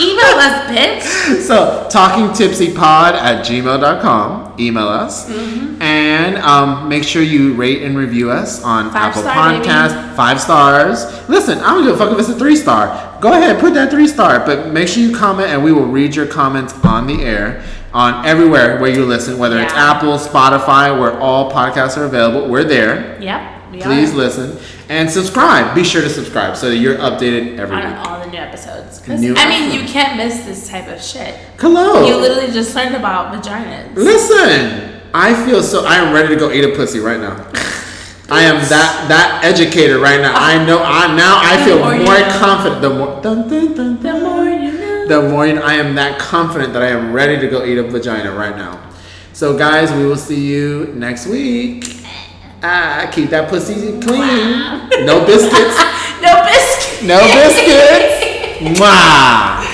C: Email us, bitch.
B: so talkingtipsypod at gmail.com. Email us.
C: Mm-hmm.
B: And um, make sure you rate and review us on
C: Five
B: Apple
C: star, baby.
B: Podcasts. five stars. Listen, I don't give a fuck if it's a three star. Go ahead, put that three star, but make sure you comment and we will read your comments on the air on everywhere where you listen, whether it's
C: Yeah.
B: Apple, Spotify, where all podcasts are available. We're there.
C: Yep. We
B: Please
C: are
B: listen and subscribe. Be sure to subscribe so that you're updated every
C: on
B: week.
C: all the new episodes. 'Cause,
B: New Oh.
C: I mean,
B: episodes.
C: you can't miss this type of shit.
B: Hello.
C: You literally just learned about vaginas.
B: Listen, I feel so. I am ready to go eat a pussy right now. I am that that educated right now. I know. I now I
C: The
B: feel
C: more you
B: more
C: know.
B: confident. The more dun, dun, dun,
C: The
B: dun.
C: more you know.
B: the more you know, I am that confident that I am ready to go eat a vagina right now. So guys, we will see you next week. Ah, keep that pussy clean. No biscuits.
C: no biscuits.
B: No biscuits. Mwah.